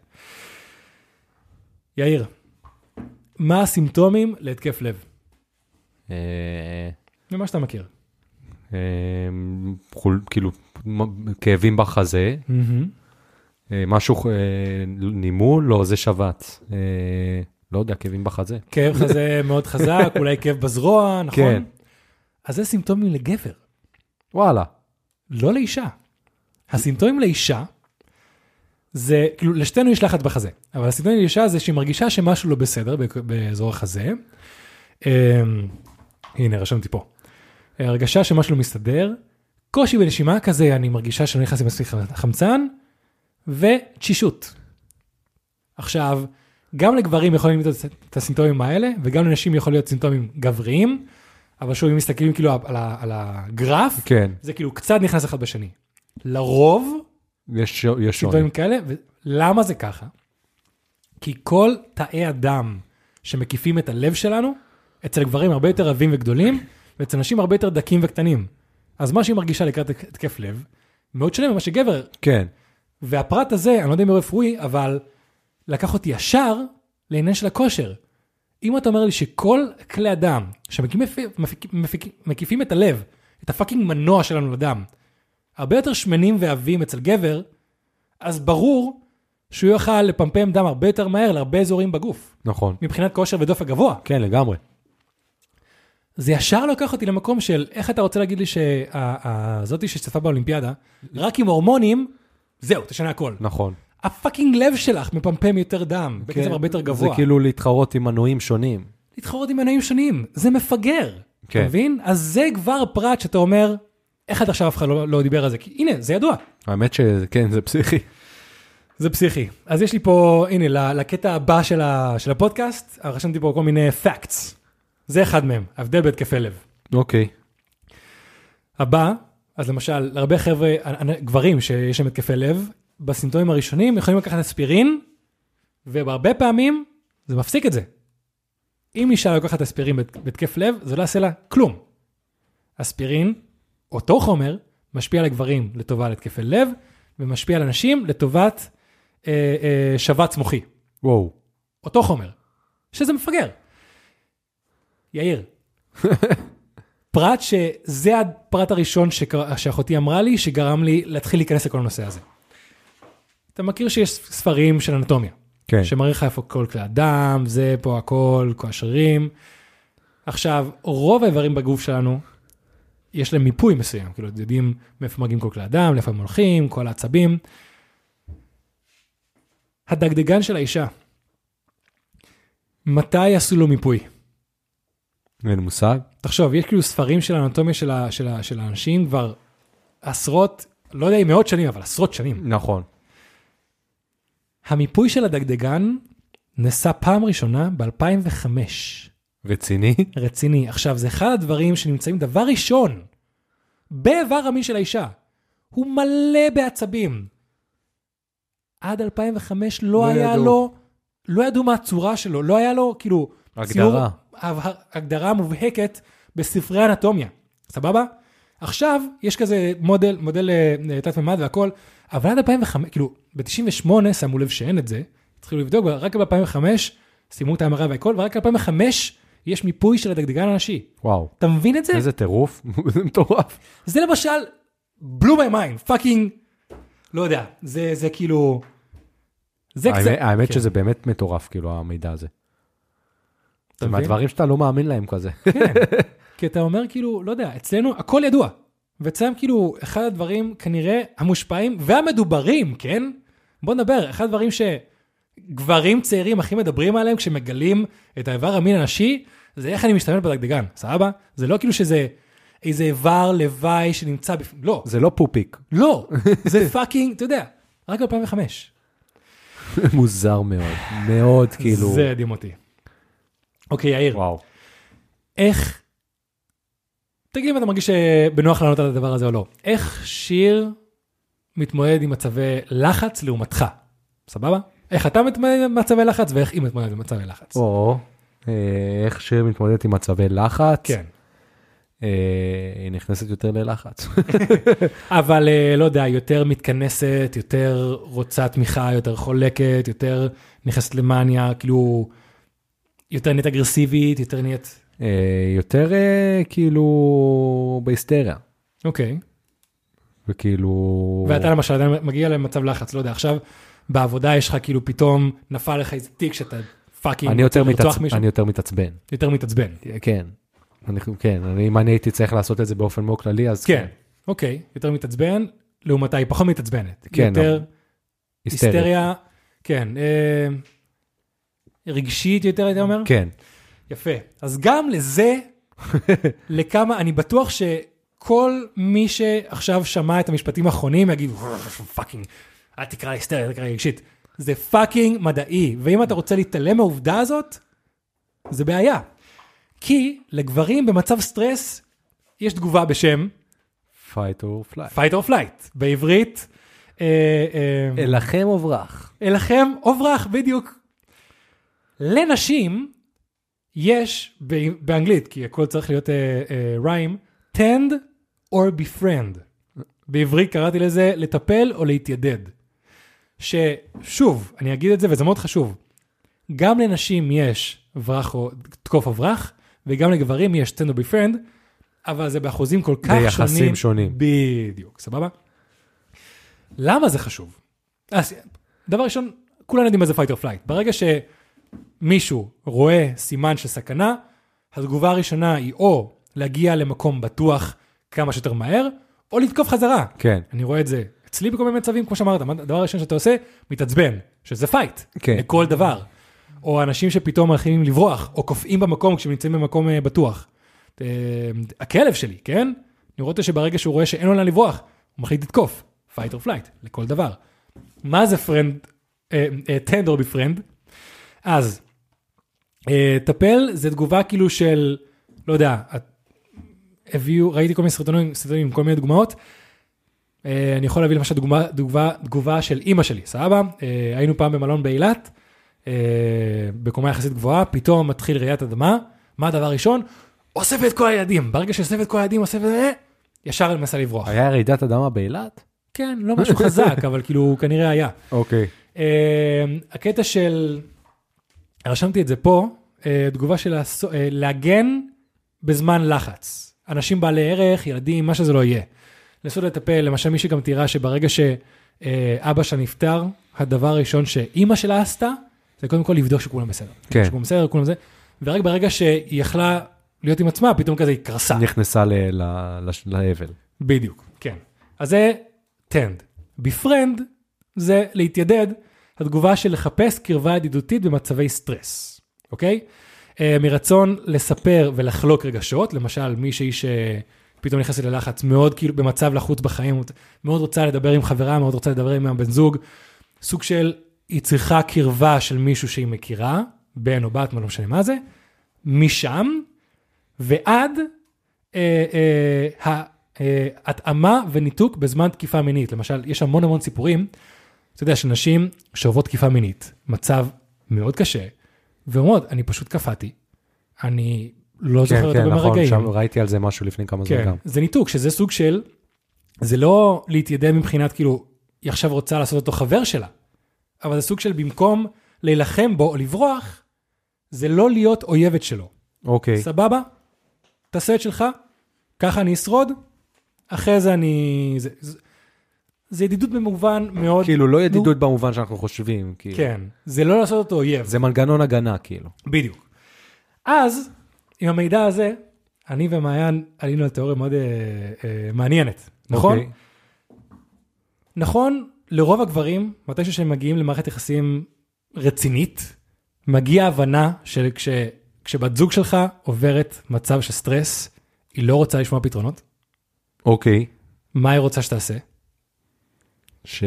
Speaker 1: יאיר, מה הסימפטומים להתקף לב?
Speaker 2: אה,
Speaker 1: ממה שאתה מכיר.
Speaker 2: אה, חול- כאילו מ- כאבים בחזה, אה, משהו, אה, נימול? לא, זה שבץ. אה, לא יודע, כאבים בחזה.
Speaker 1: כאב חזה מאוד חזק, אולי כאב בזרוע, נכון?
Speaker 2: כן.
Speaker 1: אז זה סימפטומים לגבר,
Speaker 2: וואלה.
Speaker 1: לא לאישה. הסימפטומים לאישה, זה, כאילו, לשתינו יש לחץ בחזה, אבל הסימפטומים לאישה זה שהיא מרגישה שמשהו לא בסדר בק- באזור החזה. אמ, הנה, רשמתי פה. הרגשה שמשהו לא מסתדר, קושי בנשימה כזה, אני מרגישה שלא נכנס לי מספיק ח- חמצן, ותשישות. עכשיו, גם לגברים יכולים להיות את הסימפטומים האלה, וגם לנשים יכול להיות סימפטומים גבריים, אבל שוב, אם מסתכלים כאילו על ה- על הגרף,
Speaker 2: כן,
Speaker 1: זה כאילו קצת נכנס אחד בשני. לרוב,
Speaker 2: יש, ש- יש שוני.
Speaker 1: סימפטומים כאלה, ולמה זה ככה? כי כל תאי הדם שמקיפים את הלב שלנו, אצל גברים הרבה יותר עבים וגדולים, ואצל נשים הרבה יותר דקים וקטנים. אז מה שהיא מרגישה לקראת התקף לב, מאוד שונה ממה שגבר,
Speaker 2: כן,
Speaker 1: והפרט הזה, אני לא יודע אם הוא רפואי, אבל לקח אותי ישר לעניין של הכושר. אם אתה אומר לי שכל כלי הדם שמקיפים מפיק- מפיק- מקיפים את הלב, את הפאקינג מנוע שלנו לדם, הרבה יותר שמנים ועבים אצל גבר, אז ברור שהוא יוכל לפמפם דם הרבה יותר מהר להרבה אזורים בגוף,
Speaker 2: נכון.
Speaker 1: מבחינת כושר ודופק גבוה.
Speaker 2: כן, לגמרי.
Speaker 1: זה ישר לקח אותי למקום של איך אתה רוצה להגיד לי שזאתי שהשתתפה באולימפיאדה, רק עם הורמונים, זהו, תשנה הכל.
Speaker 2: נכון.
Speaker 1: הפאקינג לב שלך מפמפם יותר דם, בקצב
Speaker 2: כן,
Speaker 1: הרבה יותר גבוה.
Speaker 2: זה כאילו להתחרות עם מנועים שונים.
Speaker 1: להתחרות עם מנועים שונים, זה מפגר.
Speaker 2: כן.
Speaker 1: אתה מבין? אז זה כבר פרט שאתה אומר, איך עד עכשיו אף אחד לא, לא דיבר על זה? כי הנה, זה ידוע,
Speaker 2: האמת שכן, זה פסיכי.
Speaker 1: זה פסיכי. אז יש לי פה, הנה, ל- לקטע הבא של, ה, של הפודקאסט, רשמתי פה כל מיני facts. זה אחד מהם, ההבדל בהתקפי לב.
Speaker 2: אוקיי.
Speaker 1: הבא, אז למשל, הרבה חבר'ה, אנ- אנ- גברים שיש להם התקפי לב, בסימפטומים הראשונים יכולים לקחת אספירין, ובהרבה פעמים זה מפסיק את זה. אם אישה לוקחת אספירין בת- בהתקף לב, זה לא יעשה לה כלום. אספירין, אותו חומר, משפיע על הגברים לטובה על התקפי לב, ומשפיע על הנשים לטובת אה, אה, שבץ מוחי.
Speaker 2: וואו.
Speaker 1: אותו חומר, שזה מפגר. יאיר, פרט שזה הפרט הראשון שקר... שאחותי אמרה לי, שגרם לי להתחיל להיכנס לכל הנושא הזה. אתה מכיר שיש ספרים של אנטומיה,
Speaker 2: כן.
Speaker 1: שמראה לך איפה כל כלי הדם, זה פה הכל, כל השרירים. עכשיו, רוב האיברים בגוף שלנו, יש להם מיפוי מסוים, כאילו יודעים מאיפה מגיעים כל כלי הדם, לאיפה הם הולכים, כל העצבים. הדגדגן של האישה, מתי עשו לו מיפוי?
Speaker 2: אין מושג.
Speaker 1: תחשוב, יש כאילו ספרים של האנטומיה של, ה, של, ה, של האנשים כבר עשרות, לא יודע אם מאות שנים, אבל עשרות שנים.
Speaker 2: נכון.
Speaker 1: המיפוי של הדגדגן נעשה פעם ראשונה ב-2005.
Speaker 2: רציני?
Speaker 1: רציני. עכשיו, זה אחד הדברים שנמצאים דבר ראשון באיבר המין של האישה. הוא מלא בעצבים. עד 2005 לא,
Speaker 2: לא
Speaker 1: לא היה
Speaker 2: ידעו.
Speaker 1: לו, לא ידעו מה הצורה שלו, לא היה לו כאילו
Speaker 2: הגדרה.
Speaker 1: ציור, הגדרה מובהקת בספרי אנטומיה, סבבה? עכשיו יש כזה מודל, מודל אה, אה, תת-ממד והכל, אבל עד 2005, כאילו, ב-98 שמו לב שאין את זה, התחילו לבדוק, רק ב-2005 סיימו את ההמרה והכל, ורק ב-2005 יש מיפוי של הדגדגן הנשי.
Speaker 2: וואו.
Speaker 1: אתה מבין את זה?
Speaker 2: איזה טירוף. זה מטורף.
Speaker 1: זה למשל, blew my mind, פאקינג, לא יודע, זה, זה כאילו, זה קצת,
Speaker 2: האמת- האמת
Speaker 1: כן.
Speaker 2: שזה באמת מטורף, כאילו, המידע הזה. זה
Speaker 1: מבין?
Speaker 2: מהדברים שאתה לא מאמין להם כזה.
Speaker 1: כן, כי אתה אומר כאילו, לא יודע, אצלנו הכל ידוע. ואצלם כאילו, אחד הדברים כנראה המושפעים והמדוברים, כן? בוא נדבר, אחד הדברים שגברים צעירים הכי מדברים עליהם כשמגלים את האיבר המין הנשי, זה איך אני משתמש בדגדגן, סבבה? זה לא כאילו שזה איזה איבר לוואי שנמצא בפנים, לא,
Speaker 2: זה לא פופיק.
Speaker 1: לא, זה פאקינג, אתה יודע, רק 2005.
Speaker 2: מוזר מאוד. מאוד, כאילו.
Speaker 1: זה הדהים אותי. אוקיי, יאיר,
Speaker 2: וואו.
Speaker 1: איך, תגיד לי אם אתה מרגיש שבנוח לענות על הדבר הזה או לא, איך שיר מתמודד עם מצבי לחץ לעומתך, סבבה? איך אתה מתמודד עם מצבי לחץ ואיך היא מתמודדת עם מצבי לחץ.
Speaker 2: או אה, איך שיר מתמודדת עם מצבי לחץ.
Speaker 1: כן,
Speaker 2: אה, היא נכנסת יותר ללחץ.
Speaker 1: אבל אה, לא יודע, יותר מתכנסת, יותר רוצה תמיכה, יותר חולקת, יותר נכנסת למאניה, כאילו, יותר נהיית אגרסיבית, יותר נהיית...
Speaker 2: אה, יותר אה, כאילו בהיסטריה.
Speaker 1: אוקיי,
Speaker 2: וכאילו...
Speaker 1: ואתה לא למשל עדיין מגיע למצב לחץ, לא יודע, עכשיו בעבודה יש לך כאילו פתאום נפל לך איזה תיק שאתה פאקינג
Speaker 2: אני יותר,
Speaker 1: רוצה לרצוח
Speaker 2: מתעצ...
Speaker 1: מישהו.
Speaker 2: אני יותר מתעצבן.
Speaker 1: יותר מתעצבן.
Speaker 2: כן. אני, כן, אני, אם אני הייתי צריך לעשות את זה באופן מאוד כללי, אז
Speaker 1: כן, אוקיי, יותר מתעצבן, לעומתה היא פחות מתעצבנת.
Speaker 2: כן,
Speaker 1: יותר
Speaker 2: היסטריה.
Speaker 1: היסטריה, כן, אה, רגשית יותר, הייתי אומר?
Speaker 2: כן.
Speaker 1: יפה. אז גם לזה, לכמה, אני בטוח שכל מי שעכשיו שמע את המשפטים האחרונים יגיד, פאקינג, אל תקרא היסטריה, אל תקרא רגשית. זה פאקינג מדעי, ואם אתה רוצה להתעלם מהעובדה הזאת, זה בעיה. כי לגברים במצב סטרס, יש תגובה בשם
Speaker 2: fight or fly.
Speaker 1: fight or flight, בעברית, אה, אה,
Speaker 2: אלחם או ברח.
Speaker 1: אלחם או ברח, בדיוק. לנשים יש ב- באנגלית, כי הכל צריך להיות אה, אה, ריים, tend or befriend. בעברית קראתי לזה לטפל או להתיידד. ששוב, אני אגיד את זה וזה מאוד חשוב, גם לנשים יש ברח או תקוף או ברח, וגם לגברים יש tend or befriend, אבל זה באחוזים כל כך שונים.
Speaker 2: ביחסים שונים.
Speaker 1: בדיוק, סבבה? למה זה חשוב? אז אה, דבר ראשון, כולנו יודעים מה זה fight or flight. ברגע שמישהו רואה סימן של סכנה, התגובה הראשונה היא או להגיע למקום בטוח כמה שיותר מהר, או לתקוף חזרה.
Speaker 2: כן.
Speaker 1: אני רואה את זה אצלי בכל מיני מצבים, כמו שאמרת, מה- הדבר הראשון שאתה עושה, מתעצבן, שזה פייט,
Speaker 2: כן.
Speaker 1: לכל דבר. או אנשים שפתאום מתחילים לברוח, או קופאים במקום כשהם נמצאים במקום אה, בטוח. אה, הכלב שלי, כן? אני רואה אותו שברגע שהוא רואה שאין לו לאן לברוח, הוא מחליט לתקוף, fight or flight, לכל דבר. מה זה friend, אה, אה, tend or befriend? אז, אה, טפל זה תגובה כאילו של, לא יודע, את- הביאו, ראיתי כל מיני סרטונים, סרטונים עם כל מיני דוגמאות, אה, אני יכול להביא למשל דוגמה, תגובה, תגובה של אימא שלי, סבבה? אה, היינו פעם במלון באילת, אה, בקומה יחסית גבוהה, פתאום מתחיל רעידת אדמה, מה הדבר הראשון? אוסף את כל הילדים, ברגע שאוסף את כל הילדים, אוסף את זה, ישר מנסה לברוח.
Speaker 2: היה רעידת אדמה באילת?
Speaker 1: כן, לא משהו חזק, אבל כאילו כנראה היה.
Speaker 2: אוקיי.
Speaker 1: אה, הקטע של, רשמתי את זה פה, אה, תגובה של לעשו- אה, להגן בזמן לחץ. אנשים בעלי ערך, ילדים, מה שזה לא יהיה. לנסות לטפל, למשל מישהי גם תראה שברגע שאבא שלה נפטר, הדבר הראשון שאימא שלה עשתה, זה קודם כל לבדוק שכולם בסדר.
Speaker 2: כן.
Speaker 1: שכולם בסדר, כולם זה. ורק ברגע שהיא יכלה להיות עם עצמה, פתאום כזה היא קרסה.
Speaker 2: נכנסה ל- ל- לש- להבל.
Speaker 1: בדיוק, כן. אז זה טנד. befriend זה להתיידד, התגובה של לחפש קרבה ידידותית במצבי סטרס, אוקיי? אה, מרצון לספר ולחלוק רגשות, למשל מישהי שפתאום נכנסת ללחץ, מאוד כאילו במצב לחוץ בחיים, מאוד רוצה לדבר עם חברה, מאוד רוצה לדבר עם הבן זוג, סוג של היא צריכה קרבה של מישהו שהיא מכירה, בן או בת, מה לא משנה מה זה, משם ועד אה, אה, ה- אה, התאמה וניתוק בזמן תקיפה מינית. למשל, יש המון המון סיפורים, אתה יודע, של נשים שעוברות תקיפה מינית, מצב מאוד קשה, ואומרות, אני פשוט קפאתי, אני לא
Speaker 2: כן,
Speaker 1: זוכרת
Speaker 2: כן,
Speaker 1: הרבה
Speaker 2: נכון,
Speaker 1: מהרגעים.
Speaker 2: שם ראיתי על זה משהו לפני כמה זמן
Speaker 1: כן,
Speaker 2: גם.
Speaker 1: זה ניתוק, שזה סוג של, זה לא להתיידד מבחינת כאילו, היא עכשיו רוצה לעשות אותו חבר שלה, אבל זה סוג של במקום להילחם בו או לברוח, זה לא להיות אויבת שלו.
Speaker 2: אוקיי.
Speaker 1: סבבה? תעשה את שלך, ככה אני אשרוד, אחרי זה אני... זה, זה, זה ידידות במובן מאוד...
Speaker 2: כאילו לא ידידות במובן שאנחנו חושבים, כאילו.
Speaker 1: כן, זה לא לעשות אותו אויב.
Speaker 2: זה מנגנון הגנה, כאילו.
Speaker 1: בדיוק. אז, עם המידע הזה, אני ומעיין עלינו על תיאוריה מאוד אה, אה, מעניינת, נכון?
Speaker 2: אוקיי.
Speaker 1: נכון, לרוב הגברים, מתישהו שהם מגיעים למערכת יחסים רצינית, מגיעה הבנה של כש, כשבת זוג שלך עוברת מצב של סטרס, היא לא רוצה לשמוע פתרונות,
Speaker 2: אוקיי.
Speaker 1: מה היא רוצה שתעשה?
Speaker 2: ש...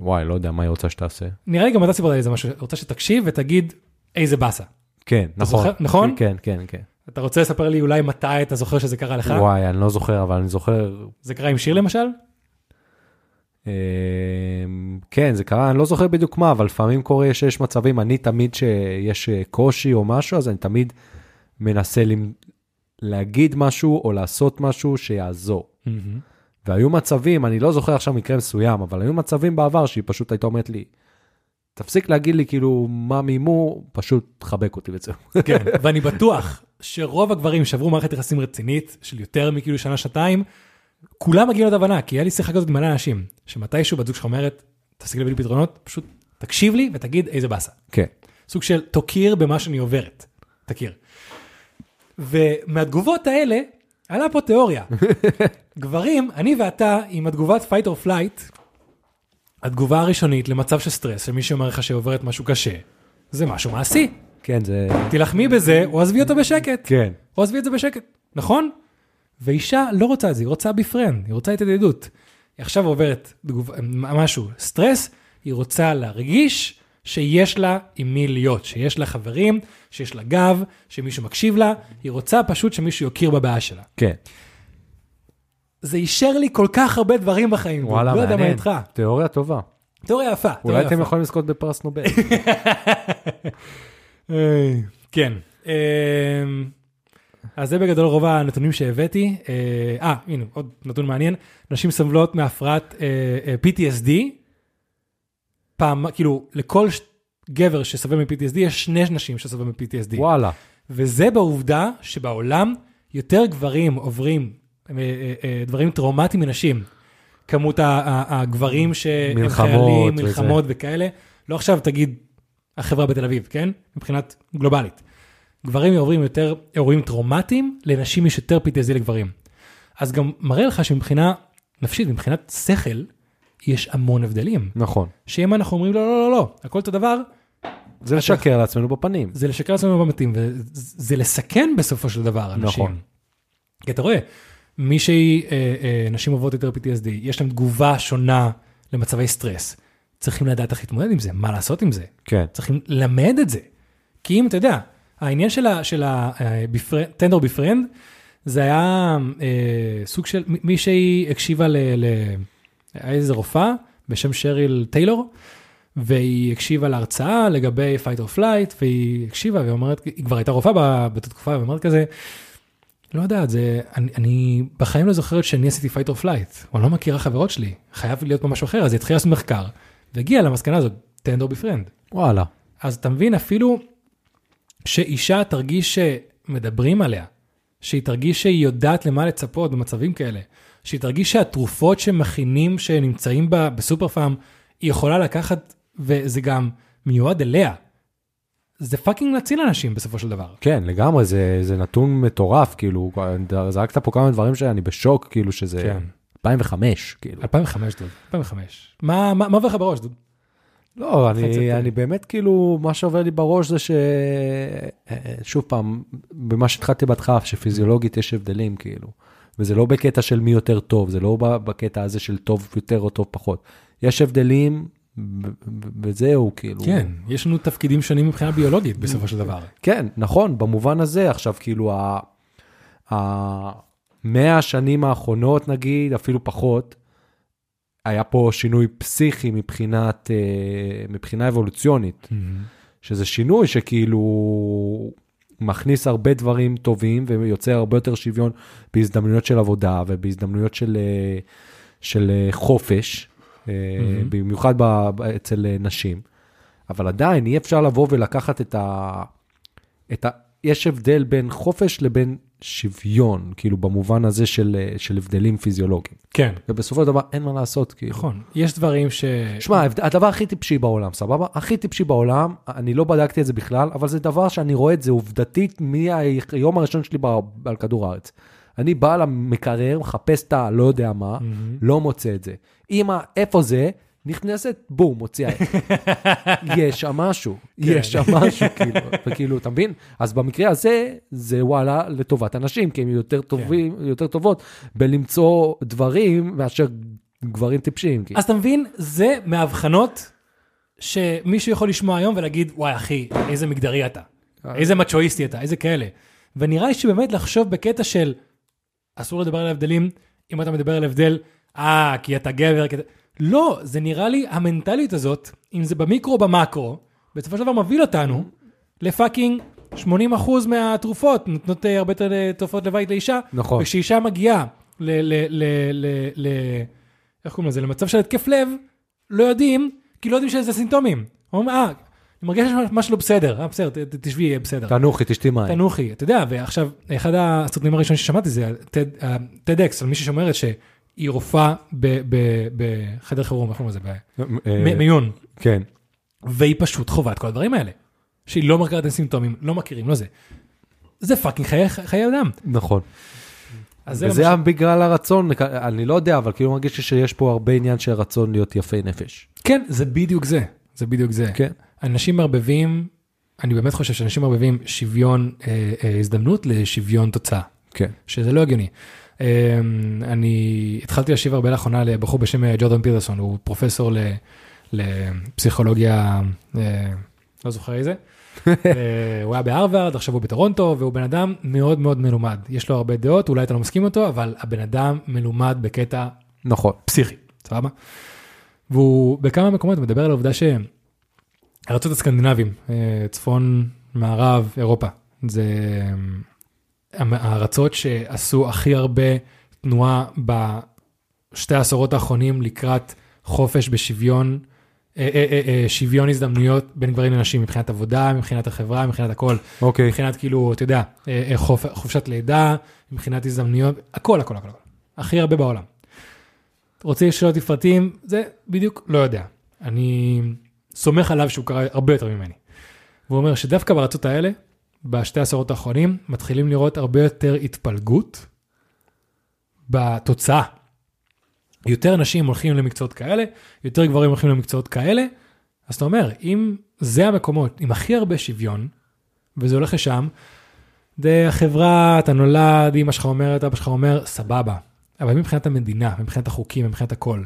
Speaker 2: וואי, לא יודע מה היא רוצה שתעשה.
Speaker 1: נראה לי גם אתה סיפרת לי איזה משהו, רוצה שתקשיב ותגיד איזה באסה.
Speaker 2: כן, נכון.
Speaker 1: זוכר? נכון?
Speaker 2: כן, כן, כן.
Speaker 1: אתה רוצה לספר לי אולי מתי אתה זוכר שזה קרה לך?
Speaker 2: וואי, אני לא זוכר, אבל אני זוכר...
Speaker 1: זה קרה עם שיר למשל?
Speaker 2: אמ, כן, זה קרה, אני לא זוכר בדיוק מה, אבל לפעמים קורה שיש מצבים, אני תמיד שיש אה, קושי או משהו, אז אני תמיד מנסה למ- להגיד משהו או לעשות משהו שיעזור. והיו מצבים, אני לא זוכר עכשיו מקרה מסוים, אבל היו מצבים בעבר שהיא פשוט הייתה אומרת לי, תפסיק להגיד לי כאילו מה מימו, פשוט תחבק אותי וזהו.
Speaker 1: כן, ואני בטוח שרוב הגברים שעברו מערכת יחסים רצינית של יותר מכאילו שנה-שנתיים, כולם מגיעים לאותה הבנה, כי היה לי שיחה כזאת עם מלא אנשים, שמתישהו בת זוג שלך אומרת, תפסיק להביא לי פתרונות, פשוט תקשיב לי ותגיד איזה באסה.
Speaker 2: כן.
Speaker 1: סוג של תוקיר במה שאני עוברת, תכיר. ומהתגובות האלה, עלה פה תיאוריה. גברים, אני ואתה, עם התגובת fight or flight, התגובה הראשונית למצב של סטרס, שמי שאומר לך שעוברת משהו קשה, זה משהו מעשי.
Speaker 2: כן, זה...
Speaker 1: תילחמי בזה, או עזבי אותו בשקט.
Speaker 2: כן.
Speaker 1: או עזבי את זה בשקט, נכון? ואישה לא רוצה את זה, היא רוצה בפרן, היא רוצה את הידידות. היא עכשיו עוברת תגוב... משהו, סטרס, היא רוצה להרגיש שיש לה עם מי להיות, שיש לה חברים, שיש לה גב, שמישהו מקשיב לה, היא רוצה פשוט שמישהו יכיר בבעיה שלה.
Speaker 2: כן.
Speaker 1: זה אישר לי כל כך הרבה דברים בחיים,
Speaker 2: וואלה,
Speaker 1: לא
Speaker 2: מעניין.
Speaker 1: יודע מה איתך.
Speaker 2: תיאוריה טובה.
Speaker 1: תיאוריה יפה, תיאוריה
Speaker 2: אולי
Speaker 1: יפה.
Speaker 2: אתם יכולים לזכות בפרס נובל.
Speaker 1: אה, כן. אמ, אז זה בגדול רוב הנתונים שהבאתי. אה, אה, הנה, עוד נתון מעניין. נשים סובלות מהפרעת אה, אה, PTSD. פעם, כאילו, לכל ש- גבר שסובל מ-PTSD, יש שני נשים שסובל מ-PTSD.
Speaker 2: וואלה.
Speaker 1: וזה בעובדה שבעולם יותר גברים עוברים אה, אה, אה, דברים טראומטיים מנשים. כמות ה- ה- הגברים שהם
Speaker 2: מלחמות
Speaker 1: חיילים,
Speaker 2: וזה.
Speaker 1: מלחמות וכאלה. לא עכשיו תגיד החברה בתל אביב, כן? מבחינת גלובלית. גברים עוברים יותר אירועים טראומטיים, לנשים יש יותר PTSD לגברים. אז גם מראה לך שמבחינה נפשית, מבחינת שכל, יש המון הבדלים.
Speaker 2: נכון.
Speaker 1: שאם אנחנו אומרים לא, לא, לא, לא, הכל אותו דבר,
Speaker 2: זה לשקר לעצמנו בפנים.
Speaker 1: זה לשקר לעצמנו במתאים, וזה לסכן בסופו של דבר אנשים.
Speaker 2: נכון.
Speaker 1: נכון. כי אתה רואה, מישהי, אה, אה, נשים עוברות יותר PTSD, יש להן תגובה שונה למצבי סטרס. צריכים לדעת איך להתמודד עם זה, מה לעשות עם זה.
Speaker 2: כן.
Speaker 1: צריכים למד את זה. כי אם אתה יודע, העניין של, ה, של ה, אה, בפר- טנדר בפרנד, זה היה אה, סוג של מ- מישהי הקשיבה ל... ל היה איזה רופאה בשם שריל טיילור, והיא הקשיבה להרצאה לגבי fight or flight, והיא הקשיבה ואומרת, היא כבר הייתה רופאה ב- באותה תקופה, ואומרת כזה, לא יודעת, זה, אני, אני בחיים לא זוכרת שאני עשיתי fight or flight, או אני לא מכירה חברות שלי, חייב להיות פה משהו אחר, אז היא התחילה לעשות מחקר, והגיעה למסקנה הזאת, טנדר בפרנד.
Speaker 2: וואלה.
Speaker 1: אז אתה מבין, אפילו שאישה תרגיש שמדברים עליה, שהיא תרגיש שהיא יודעת למה לצפות במצבים כאלה, שהיא תרגיש שהתרופות שמכינים, שנמצאים בה בסופר פארם, היא יכולה לקחת, וזה גם מיועד אליה. זה פאקינג להציל אנשים בסופו של דבר.
Speaker 2: כן, לגמרי, זה, זה נתון מטורף, כאילו, זרקת פה כמה דברים שאני בשוק, כאילו, שזה...
Speaker 1: כן.
Speaker 2: 2005, כאילו.
Speaker 1: 2005, דוד, 2005. מה מה- מה עובר לך בראש, דוד?
Speaker 2: לא,
Speaker 1: יותר.
Speaker 2: אני, אני באמת כאילו, מה שעובר לי בראש זה ש... אה, שוב פעם, במה שהתחלתי בהתחלה, שפיזיולוגית יש הבדלים כאילו. וזה לא בקטע של מי יותר טוב, זה לא ב- בקטע הזה של טוב יותר או טוב פחות. יש הבדלים, ו- ו- וזהו כאילו.
Speaker 1: כן, יש לנו תפקידים שונים מבחינה ביולוגית בסופו של דבר.
Speaker 2: כן, נכון, במובן הזה, עכשיו כאילו, ה... ה... 100 השנים האחרונות נגיד, אפילו פחות, היה פה שינוי פסיכי מבחינת, אה, מבחינה אבולוציונית.
Speaker 1: Mhm.
Speaker 2: שזה שינוי שכאילו מכניס הרבה דברים טובים ויוצר הרבה יותר שוויון בהזדמנויות של עבודה ובהזדמנויות של, אה, של אה, חופש, אה,
Speaker 1: מהמם.
Speaker 2: במיוחד ב, ב, אצל אה, נשים. אבל עדיין אי אפשר לבוא ולקחת את ה... את ה יש הבדל בין חופש לבין שוויון, כאילו במובן הזה של, אה, של הבדלים פיזיולוגיים.
Speaker 1: כן,
Speaker 2: ובסופו של דבר אין מה לעשות, כאילו.
Speaker 1: נכון. יש דברים ש...
Speaker 2: שמע, ההבד- הדבר הכי טיפשי בעולם, סבבה? הכי טיפשי בעולם, אני לא בדקתי את זה בכלל, אבל זה דבר שאני רואה את זה עובדתית מהיום הראשון שלי ב- על כדור הארץ. אני בא למקרר, מחפש את הלא יודע מה,
Speaker 1: מהמם.
Speaker 2: לא מוצא את זה. אמא, איפה זה? נכנסת, בום, מוציאה. יש שם משהו, יש שם משהו, כאילו, וכאילו, אתה מבין? אז במקרה הזה, זה וואלה לטובת אנשים, כי הם יותר טובים, יותר טובות בלמצוא דברים מאשר גברים טיפשים. כאילו.
Speaker 1: אז אתה מבין, זה מהבחנות שמישהו יכול לשמוע היום ולהגיד, וואי אחי, איזה מגדרי אתה, איזה מצ'ואיסטי אתה, איזה כאלה. ונראה לי שבאמת לחשוב בקטע של, אסור לדבר על הבדלים, אם אתה מדבר על הבדל, אה, כי אתה גבר, כי אתה... לא, זה נראה לי, המנטליות הזאת, אם זה במיקרו או במקרו, בסופו של דבר מוביל אותנו לפאקינג 80% מהתרופות, נותנות אה, הרבה יותר אה, תרופות לוואי לאישה,
Speaker 2: נכון.
Speaker 1: וכשאישה מגיעה ל... ל, ל, ל, ל איך קוראים לזה? למצב של התקף לב, לא יודעים, כי לא יודעים שזה סימפטומים. אומרים, אה, אני מרגיש שמשהו לא בסדר, אה, בסדר, ת- ת- תשבי, יהיה בסדר.
Speaker 2: תנוחי, תשתי מים.
Speaker 1: תנוחי, אתה יודע, ועכשיו, אחד הסרטונים הראשונים ששמעתי זה אה, על TED- ה- TEDx, על מישהי שאומרת שהיא היא רופאה ב- ב- בחדר חירום, איך קוראים לזה? ב-
Speaker 2: אה,
Speaker 1: מ- מיון.
Speaker 2: כן.
Speaker 1: והיא פשוט חווה את כל הדברים האלה. שהיא לא מכירה את הסימפטומים, לא מכירים, לא זה. זה פאקינג חיי, חיי אדם.
Speaker 2: נכון.
Speaker 1: אז זה,
Speaker 2: וזה
Speaker 1: למשל,
Speaker 2: היה בגלל הרצון, אני לא יודע, אבל כאילו מרגיש לי שיש פה הרבה עניין של רצון להיות יפי נפש.
Speaker 1: כן, זה בדיוק זה. זה בדיוק זה.
Speaker 2: כן.
Speaker 1: אנשים מערבבים, אני באמת חושב שאנשים מערבבים שוויון אה, אה, הזדמנות לשוויון תוצאה,
Speaker 2: כן.
Speaker 1: שזה לא הגיוני. אה, אני התחלתי להשיב הרבה לאחרונה לבחור בשם אה, ג'ורדן פיטרסון, הוא פרופסור ל, לפסיכולוגיה, אה, לא זוכר איזה. אה, הוא היה בהרווארד, עכשיו הוא בטורונטו, והוא בן אדם מאוד מאוד מלומד. יש לו הרבה דעות, אולי אתה לא מסכים איתו, אבל הבן אדם מלומד בקטע
Speaker 2: נכון.
Speaker 1: פסיכי, סבבה? והוא בכמה מקומות מדבר על העובדה שארצות הסקנדינבים, אה, צפון, מערב, אירופה, זה אה, המ- הארצות שעשו הכי הרבה תנועה בשתי העשורות האחרונים לקראת חופש בשוויון, אה, אה, אה, אה, שוויון הזדמנויות בין גברים לנשים מבחינת עבודה, מבחינת החברה, מבחינת הכל.
Speaker 2: אוקיי.
Speaker 1: מבחינת כאילו, אתה יודע, אה, אה, חופ, חופשת לידה, מבחינת הזדמנויות, הכל, הכל, הכל, הכל. הכי הרבה בעולם. רוצה לשאול אותי פרטים? זה בדיוק לא יודע. אני סומך עליו שהוא קרא הרבה יותר ממני. והוא אומר שדווקא בארצות האלה, בשתי העשורות האחרונים, מתחילים לראות הרבה יותר התפלגות בתוצאה. יותר נשים הולכים למקצועות כאלה, יותר גברים הולכים למקצועות כאלה. אז אתה אומר, אם זה המקומות עם הכי הרבה שוויון, וזה הולך לשם. זה החברה, אתה נולד, אימא שלך אומרת, אבא שלך אומר, סבבה. אבל מבחינת המדינה, מבחינת החוקים, מבחינת הכל,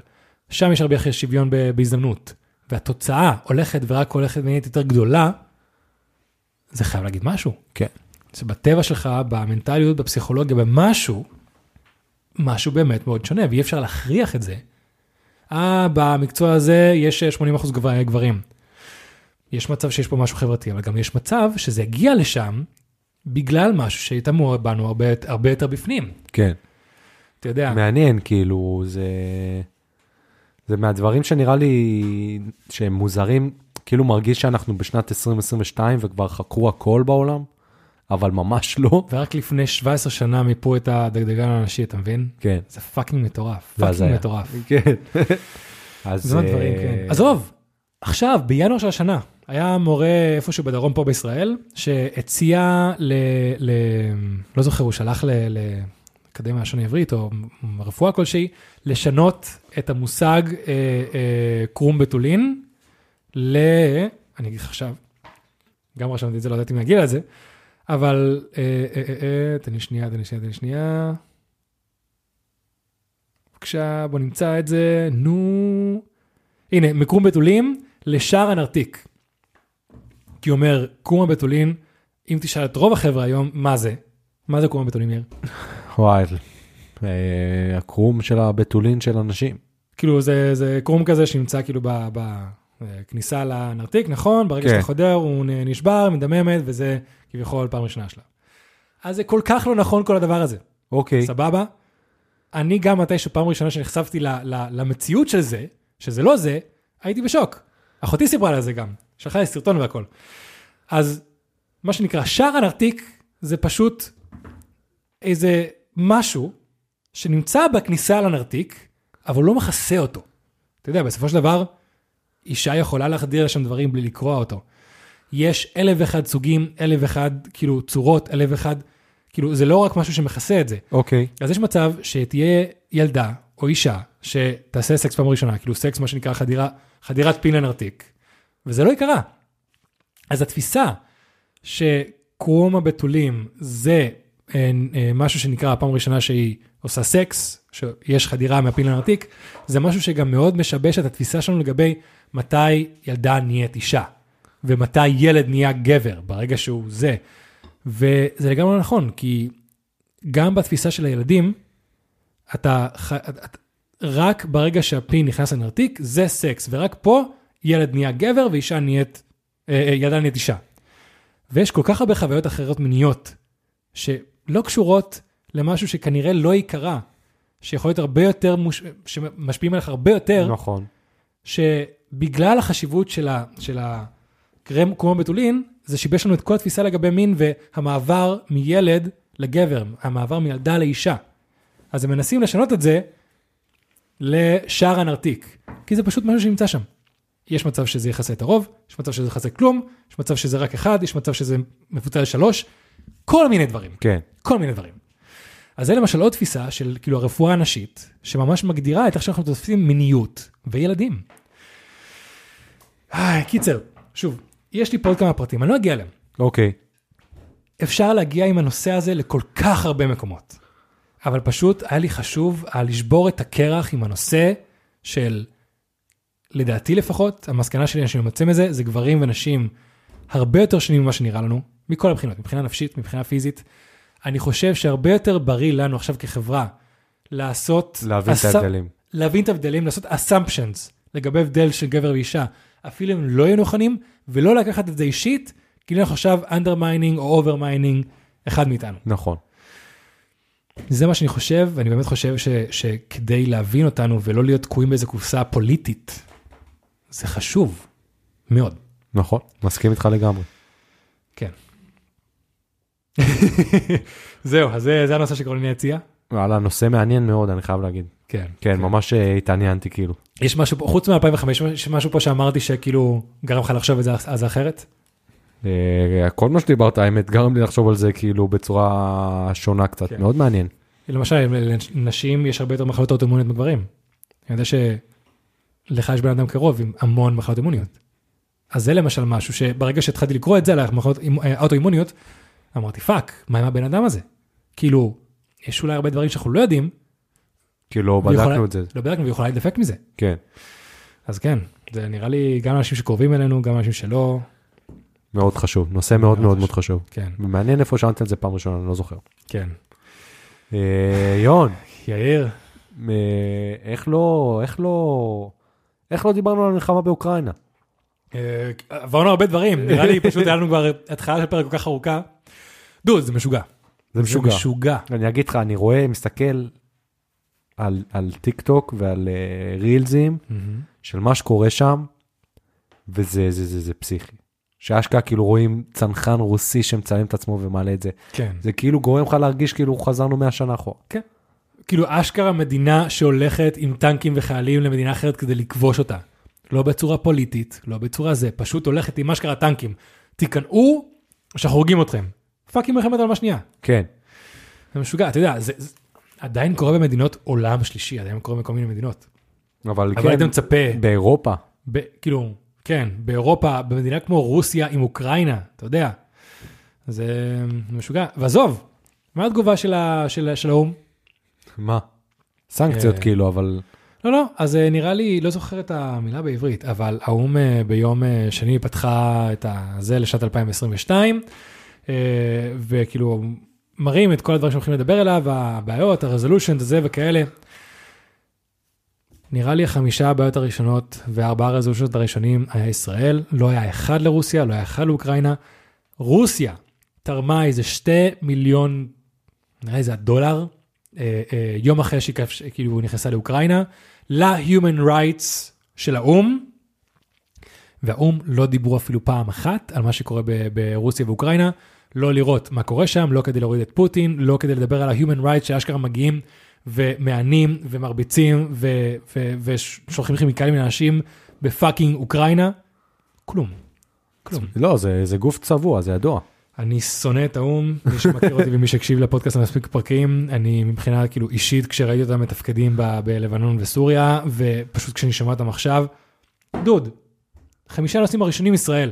Speaker 1: שם יש הרבה אחרי שוויון ב- בהזדמנות. והתוצאה הולכת ורק הולכת ונהיית יותר גדולה, זה חייב להגיד משהו.
Speaker 2: כן.
Speaker 1: שבטבע שלך, במנטליות, בפסיכולוגיה, במשהו, משהו באמת מאוד שונה, ואי אפשר להכריח את זה. אה, במקצוע הזה יש 80% גבר- גברים. יש מצב שיש פה משהו חברתי, אבל גם יש מצב שזה יגיע לשם בגלל משהו שהתאמו בנו הרבה, הרבה יותר בפנים.
Speaker 2: כן.
Speaker 1: אתה יודע,
Speaker 2: מעניין, כאילו, זה... זה מהדברים שנראה לי שהם מוזרים, כאילו מרגיש שאנחנו בשנת 2022 וכבר חקרו הכל בעולם, אבל ממש לא.
Speaker 1: ורק לפני 17 שנה מיפו את הדגדגן הנשי, אתה מבין?
Speaker 2: כן.
Speaker 1: זה פאקינג מטורף,
Speaker 2: זה
Speaker 1: פאקינג
Speaker 2: הזיה.
Speaker 1: מטורף.
Speaker 2: כן. אז...
Speaker 1: זה הדברים,
Speaker 2: אה,
Speaker 1: כן. עזוב, עכשיו, בינואר של השנה, היה מורה איפשהו בדרום פה בישראל, שהציע ל... ל לא זוכר, הוא שלח ל... ל אקדמיה ללשון עברית או רפואה כלשהי, לשנות את המושג אה, אה, קרום בתולין ל... אני אגיד לך עכשיו, גם רשמתי את זה, לא ידעתי אם נגיע לזה, אבל אה, אה, אה, אה, תן לי שנייה, תן לי שנייה, תן לי שנייה. בבקשה, בוא נמצא את זה, נו. הנה, מקרום בתולים לשער הנרתיק. כי הוא אומר, קרום הבתולים, אם תשאל את רוב החבר'ה היום, מה זה? מה זה קרום הבתולים, יאיר?
Speaker 2: וואי, אה, הקרום של הבתולין של אנשים.
Speaker 1: כאילו, זה, זה קרום כזה שנמצא כאילו ב- ב- בכניסה לנרתיק, נכון? ברגע
Speaker 2: כן.
Speaker 1: שאתה חודר, הוא נ- נשבר, מדממת, וזה כביכול פעם ראשונה שלה. אז זה כל כך לא נכון כל הדבר הזה.
Speaker 2: אוקיי.
Speaker 1: סבבה? אני גם מתישהו פעם ראשונה שנחשפתי ל- ל- למציאות של זה, שזה לא זה, הייתי בשוק. אחותי סיפרה לי על זה גם, שלחה לי סרטון והכל. אז מה שנקרא, שער הנרתיק זה פשוט איזה משהו שנמצא בכניסה לנרתיק, אבל לא מכסה אותו. אתה יודע, בסופו של דבר, אישה יכולה להחדיר לשם דברים בלי לקרוע אותו. יש אלף ואחד סוגים, אלף ואחד כאילו צורות, אלף ואחד, כאילו זה לא רק משהו שמכסה את זה.
Speaker 2: אוקיי.
Speaker 1: אז יש מצב שתהיה ילדה או אישה שתעשה סקס פעם ראשונה, כאילו סקס מה שנקרא חדירה, חדירת פין לנרתיק, וזה לא יקרה. אז התפיסה שקרום הבתולים זה אה, אה, משהו שנקרא הפעם הראשונה שהיא עושה סקס, שיש חדירה מהפין לנרתיק, זה משהו שגם מאוד משבש את התפיסה שלנו לגבי מתי ילדה נהיית אישה, ומתי ילד נהיה גבר ברגע שהוא זה. וזה לגמרי לא נכון, כי גם בתפיסה של הילדים, אתה, ח- את- את- רק ברגע שהפין נכנס לנרתיק, זה סקס, ורק פה ילד נהיה גבר ואישה נהיית, אה, אה, ילדה נהיית אישה. ויש כל כך הרבה חוויות אחרות מיניות, שלא קשורות למשהו שכנראה לא ייקרה, שיכול להיות הרבה יותר, מוש... שמשפיעים עליך הרבה יותר,
Speaker 2: נכון.
Speaker 1: שבגלל החשיבות של, ה, של הקרם כמו הבתולין, זה שיבש לנו את כל התפיסה לגבי מין והמעבר מילד לגבר, המעבר מילדה לאישה. אז הם מנסים לשנות את זה לשער הנרתיק, כי זה פשוט משהו שנמצא שם. יש מצב שזה יכסה את הרוב, יש מצב שזה יכסה כלום, יש מצב שזה רק אחד, יש מצב שזה מפוצל לשלוש, כל מיני דברים.
Speaker 2: כן.
Speaker 1: כל מיני דברים. אז זה למשל עוד תפיסה של כאילו הרפואה הנשית, שממש מגדירה את איך שאנחנו תופסים מיניות וילדים. איי, קיצר, שוב, יש לי פה עוד כמה פרטים, אני לא אגיע אליהם.
Speaker 2: אוקיי.
Speaker 1: אפשר להגיע עם הנושא הזה לכל כך הרבה מקומות. אבל פשוט היה לי חשוב היה לשבור את הקרח עם הנושא של, לדעתי לפחות, המסקנה שלי שאני ממצא מזה, זה גברים ונשים הרבה יותר שונים ממה שנראה לנו, מכל הבחינות, מבחינה נפשית, מבחינה פיזית.
Speaker 2: Mm.
Speaker 1: אני חושב שהרבה יותר בריא לנו עכשיו כחברה לעשות...
Speaker 2: להבין את
Speaker 1: אסם-
Speaker 2: ההבדלים.
Speaker 1: להבין את ההבדלים, לעשות assumptions לגבי הבדל של גבר ואישה, אפילו אם לא יהיו נכונים, ולא לקחת את זה אישית, כאילו אנחנו עכשיו undermining או overmining אחד מאיתנו.
Speaker 2: נכון.
Speaker 1: זה מה שאני חושב, ואני באמת חושב ש, שכדי להבין אותנו ולא להיות תקועים באיזה קופסה פוליטית, זה חשוב מאוד.
Speaker 2: נכון. מסכים איתך לגמרי.
Speaker 1: כן. זהו, אז זה, זה הנושא שקרוליני הציעה?
Speaker 2: וואלה, נושא מעניין מאוד, אני חייב להגיד.
Speaker 1: כן.
Speaker 2: כן, ממש אה, התעניינתי כאילו.
Speaker 1: יש משהו פה, חוץ מ-2005, יש משהו פה שאמרתי שכאילו גרם לך לחשוב את זה אז אחרת?
Speaker 2: אה, כל מה שדיברת, האמת, גרם לי לחשוב על זה כאילו בצורה שונה קצת.
Speaker 1: כן.
Speaker 2: מאוד מעניין.
Speaker 1: למשל, לנשים יש הרבה יותר מחלות אוטומוניות מגברים. אני יודע שלך יש בן אדם קרוב עם המון מחלות אימוניות. אז זה למשל משהו שברגע שהתחלתי לקרוא את זה על המחלות אימ- אה, האוטואימוניות, אמרתי פאק, מה עם הבן אדם הזה? כאילו, יש אולי הרבה דברים שאנחנו לא יודעים,
Speaker 2: כאילו,
Speaker 1: ויכולה-
Speaker 2: בדקנו את זה.
Speaker 1: לא בדקנו ויכולה להידפק מזה.
Speaker 2: כן.
Speaker 1: אז כן, זה נראה לי גם אנשים שקרובים אלינו, גם אנשים שלא,
Speaker 2: מאוד חשוב. נושא מאוד מאוד מאוד חשוב.
Speaker 1: כן,
Speaker 2: מעניין איפה שמעתי על זה פעם ראשונה, אני לא זוכר.
Speaker 1: כן.
Speaker 2: אה, יון,
Speaker 1: יאיר,
Speaker 2: אה, איך לא, איך לא, איך לא דיברנו על המלחמה באוקראינה?
Speaker 1: אה, עברנו הרבה דברים, נראה לי פשוט היה לנו כבר התחלה של פרק כל כך ארוכה. דוד, זה משוגע.
Speaker 2: זה משוגע.
Speaker 1: משוגע.
Speaker 2: אני אגיד לך, אני רואה, מסתכל על, על טיק טוק ועל אה, רילזים של מה שקורה שם, וזה זה, זה, זה פסיכי. שאשכרה כאילו רואים צנחן רוסי שמצלם את עצמו ומעלה את זה.
Speaker 1: כן.
Speaker 2: זה כאילו גורם לך להרגיש כאילו חזרנו 100 שנה אחורה.
Speaker 1: כאילו אשכרה מדינה שהולכת עם טנקים וחיילים למדינה אחרת כדי לכבוש אותה. לא בצורה פוליטית, לא בצורה זה, פשוט הולכת עם אשכרה טנקים. תיכנעו, או שאנחנו הורגים אתכם. פאקינג מלחמת העולם השנייה.
Speaker 2: כן,
Speaker 1: זה משוגע, אתה יודע, זה, זה עדיין קורה במדינות עולם שלישי, עדיין קורה בכל מיני מדינות.
Speaker 2: אבל
Speaker 1: אבל היית
Speaker 2: כן,
Speaker 1: מצפה,
Speaker 2: באירופה,
Speaker 1: ב, כאילו, כן, באירופה, במדינה כמו רוסיה עם אוקראינה, אתה יודע. זה משוגע. ועזוב, מה התגובה של, ה, של, ה- של האו"ם?
Speaker 2: מה? סנקציות
Speaker 1: אה,
Speaker 2: כאילו, אבל
Speaker 1: לא, לא, אז אה, נראה לי, לא זוכר את המילה בעברית, אבל האו"ם אה, ביום אה, שני פתחה את הזה לשנת 2022, אה, וכאילו מראים את כל הדברים שהולכים לדבר אליו, הבעיות, הרזולושן, זה וכאלה. נראה לי החמישה הבעיות הראשונות והארבעה הרזולושנות הראשונים היה ישראל, לא היה אחד לרוסיה, לא היה אחד לאוקראינה. רוסיה תרמה איזה שתי מיליון, נראה לי זה הדולר, אה, אה, יום אחרי שהיא כבש- כאילו נכנסה לאוקראינה, ל-Human Rights של האו"ם, והאו"ם לא דיברו אפילו פעם אחת על מה שקורה ב- ברוסיה ואוקראינה, לא לראות מה קורה שם, לא כדי להוריד את פוטין, לא כדי לדבר על ה-Human Rights שאשכרה מגיעים ומענים ומרביצים ו- ו- ושולחים כימיקלים לאנשים בפאקינג אוקראינה, כלום. כלום.
Speaker 2: לא, זה, זה גוף צבוע, זה ידוע.
Speaker 1: אני שונא את האו"ם, מי שמכיר אותי ומי שהקשיב לפודקאסט המספיק פרקים, אני מבחינה כאילו אישית כשראיתי אותם מתפקדים ב- בלבנון וסוריה, ופשוט כשאני שומע אותם עכשיו, דוד, חמישה נושאים הראשונים ישראל,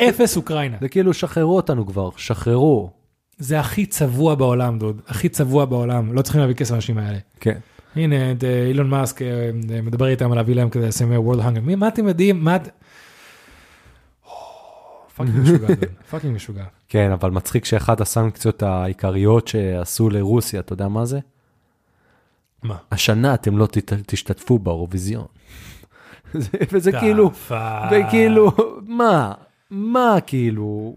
Speaker 1: אפס אוקראינה.
Speaker 2: זה כאילו, שחררו אותנו כבר, שחררו.
Speaker 1: זה הכי צבוע בעולם, דוד, הכי צבוע בעולם, לא צריכים להביא כסף לאנשים האלה.
Speaker 2: כן.
Speaker 1: הנה, את, אה, אילון מאסק אה, אה, מדבר איתם על להביא להם כדי לסיים World Hunger. מי, מה אתם יודעים? מה... את- פאקינג משוגע, דוד, פאקינג משוגע.
Speaker 2: כן, אבל מצחיק שאחת הסנקציות העיקריות שעשו לרוסיה, אתה יודע מה זה?
Speaker 1: מה?
Speaker 2: השנה אתם לא תת- תשתתפו באירוויזיון. זה- וזה כאילו,
Speaker 1: דפק.
Speaker 2: וכאילו, מה? מה כאילו?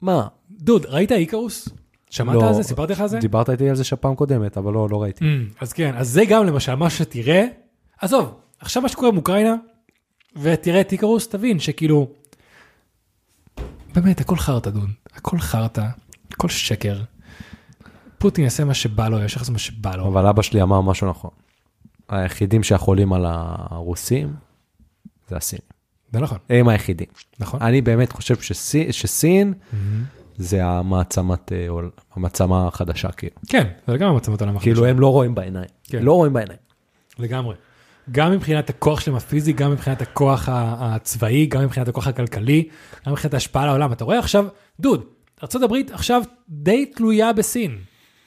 Speaker 2: מה?
Speaker 1: דוד, ראית איקרוס? שמעת
Speaker 2: לא.
Speaker 1: על זה? סיפרתי לך על זה?
Speaker 2: דיברת איתי על זה שפעם קודמת, אבל לא, לא ראיתי.
Speaker 1: Mm, אז כן, אז זה גם למשל מה שתראה. עזוב, עכשיו מה שקורה באוקראינה, ותראה את איקרוס, תבין שכאילו, באמת, הכל חרטא, דוד. הכל חרטא, הכל שקר. פוטין יעשה מה שבא לו, ימשיך לעשות מה שבא לו.
Speaker 2: אבל אבא שלי אמר משהו נכון. היחידים שהחולים על הרוסים זה הסינים.
Speaker 1: זה נכון,
Speaker 2: הם היחידים.
Speaker 1: נכון.
Speaker 2: אני באמת חושב שסי- שסין זה המעצמת, אה, עול- המעצמה החדשה, כאילו.
Speaker 1: כן, זה לגמרי מצלמות עולם החדשה.
Speaker 2: כאילו הם לא רואים בעיניים.
Speaker 1: כן.
Speaker 2: לא רואים בעיניים.
Speaker 1: לגמרי. גם מבחינת הכוח שלהם הפיזי, גם מבחינת הכוח ה- הצבאי, גם מבחינת הכוח הכלכלי, גם מבחינת ההשפעה על העולם. אתה רואה עכשיו, דוד, ארה"ב עכשיו די תלויה בסין.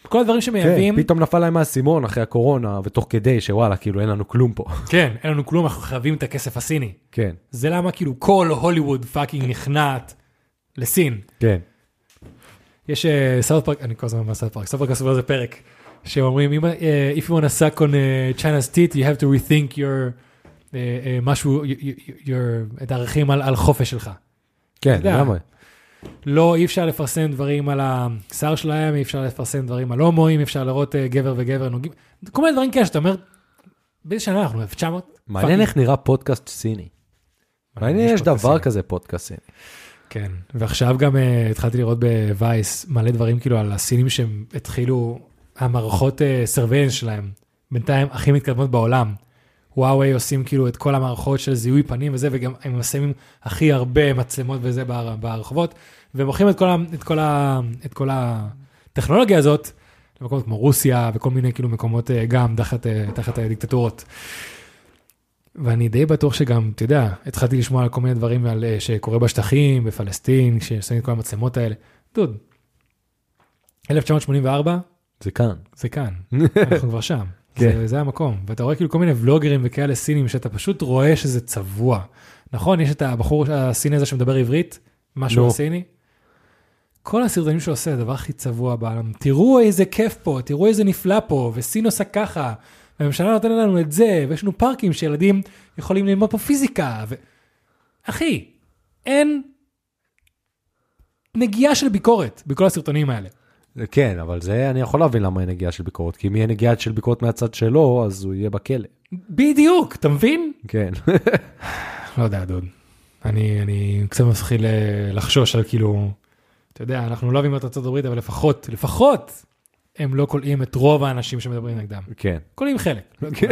Speaker 1: כל הדברים שמייבאים,
Speaker 2: כן, פתאום נפל להם האסימון אחרי הקורונה, ותוך כדי שוואלה, כאילו אין לנו כלום פה.
Speaker 1: כן, אין לנו כלום, אנחנו חייבים את הכסף הסיני.
Speaker 2: כן,
Speaker 1: זה למה כאילו כל הוליווד פאקינג נכנעת לסין.
Speaker 2: כן.
Speaker 1: יש סאוט פארק, אני כל הזמן אומר סאוט פארק, סאוט פארק עשו איזה פרק, שהם אומרים, "אם, אה, If you want to suck on uh, China's teeth, you have to rethink your, uh, uh, משהו, you- you- you- your, את הערכים על, על חופש שלך.
Speaker 2: כן,
Speaker 1: אתה יודע.
Speaker 2: לגמרי.
Speaker 1: לא, אי אפשר לפרסם דברים על השיער שלהם, אי אפשר לפרסם דברים על הומואים, אי אפשר לראות אה, גבר וגבר נוגעים, כל מיני דברים כאלה שאתה אומר, באיזה שנה אנחנו, 1900?
Speaker 2: מעניין איך נראה פודקאסט סיני. מעניין אם יש דבר כזה פודקאסט סיני.
Speaker 1: כן, ועכשיו גם uh, התחלתי לראות בווייס מלא דברים כאילו על הסינים שהם התחילו, המערכות סרוויינס uh, שלהם, בינתיים הכי מתקדמות בעולם. וואווי עושים כאילו את כל המערכות של זיהוי פנים וזה, וגם הם מסיימים הכי הרבה מצלמות וזה בר- ברחובות, ומוכרים את כל, ה, את, כל ה, את כל הטכנולוגיה הזאת למקומות כמו רוסיה וכל מיני כאילו מקומות אה, גם תחת, אה, תחת הדיקטטורות. ואני די בטוח שגם, אתה יודע, התחלתי לשמוע על כל מיני דברים על, אה, שקורה בשטחים, בפלסטין, כששמים את כל המצלמות האלה. דוד, 1984
Speaker 2: זה כאן.
Speaker 1: זה כאן, אנחנו כבר שם.
Speaker 2: כן.
Speaker 1: זה, זה המקום, ואתה רואה כאילו כל מיני ולוגרים וכאלה סינים שאתה פשוט רואה שזה צבוע. נכון, יש את הבחור הסיני הזה שמדבר עברית, משהו
Speaker 2: נו.
Speaker 1: no. סיני. כל הסרטונים שהוא עושה, זה הדבר הכי צבוע בעולם. תראו איזה כיף פה, תראו איזה נפלא פה, וסין עושה ככה, והממשלה נותנת לנו את זה, ויש לנו פארקים שילדים יכולים ללמוד פה פיזיקה. ו... אחי, אין נגיעה של ביקורת בכל הסרטונים האלה.
Speaker 2: כן, אבל זה, אני יכול להבין למה אין נגיעה של ביקורת, כי אם יהיה נגיעה של ביקורת מהצד שלו, אז הוא יהיה בכלא.
Speaker 1: בדיוק, אתה מבין?
Speaker 2: כן.
Speaker 1: לא יודע, דוד. אני, אני קצת מתחיל אה, לחשוש על כאילו, אתה יודע, אנחנו לא אוהבים את ארצות הברית, אבל לפחות, לפחות, הם לא כולאים את רוב האנשים שמדברים נגדם.
Speaker 2: כן.
Speaker 1: כולאים חלק. לא את כולם.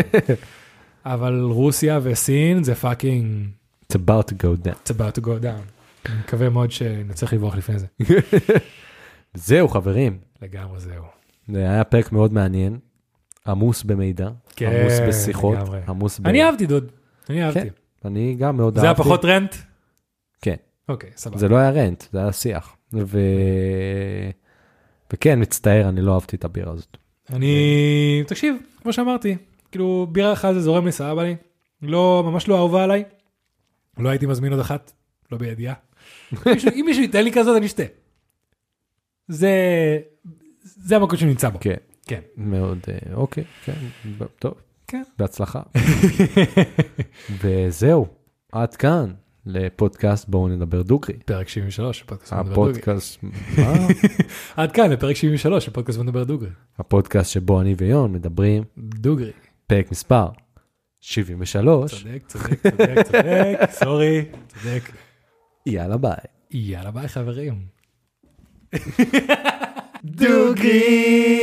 Speaker 1: אבל רוסיה וסין זה פאקינג,
Speaker 2: It's about to go down.
Speaker 1: it's about to go down. אני מקווה מאוד שנצליח לברוח לפני זה.
Speaker 2: זהו, חברים.
Speaker 1: לגמרי זהו.
Speaker 2: זה היה פרק מאוד מעניין. עמוס במידע.
Speaker 1: כן,
Speaker 2: עמוס בשיחות.
Speaker 1: לגמרי.
Speaker 2: עמוס ב...
Speaker 1: אני אהבתי, דוד. אני אהבתי.
Speaker 2: כן, אני גם מאוד
Speaker 1: זה היה פחות רנט?
Speaker 2: כן.
Speaker 1: אוקיי, סבבה.
Speaker 2: זה לא היה רנט, זה היה שיח. ו... וכן, מצטער, אני לא אהבתי את הבירה הזאת.
Speaker 1: אני, תקשיב, כמו שאמרתי, כאילו בירה אחת זה זורם לי, סבבה לי, לא, ממש לא אהובה עליי, לא הייתי מזמין עוד אחת, לא בידיעה. מישהו- אם מישהו ייתן לי כזאת, אני אשתה. זה, זה המקום שאני נמצא בו.
Speaker 2: כן.
Speaker 1: כן.
Speaker 2: מאוד, אה, אוקיי, כן, ב- טוב.
Speaker 1: כן.
Speaker 2: בהצלחה. וזהו, עד כאן לפודקאסט בואו נדבר דוגרי.
Speaker 1: פרק 73 של פודקאסט מדבר דוגרי.
Speaker 2: הפודקאסט, מה?
Speaker 1: עד כאן לפרק 73 של פודקאסט מדבר דוגרי.
Speaker 2: הפודקאסט שבו אני ויון מדברים,
Speaker 1: דוגרי.
Speaker 2: פרק מספר 73,
Speaker 1: צודק, צודק, צודק, צודק, סורי, צודק.
Speaker 2: יאללה ביי.
Speaker 1: יאללה ביי חברים.
Speaker 2: דוגרי!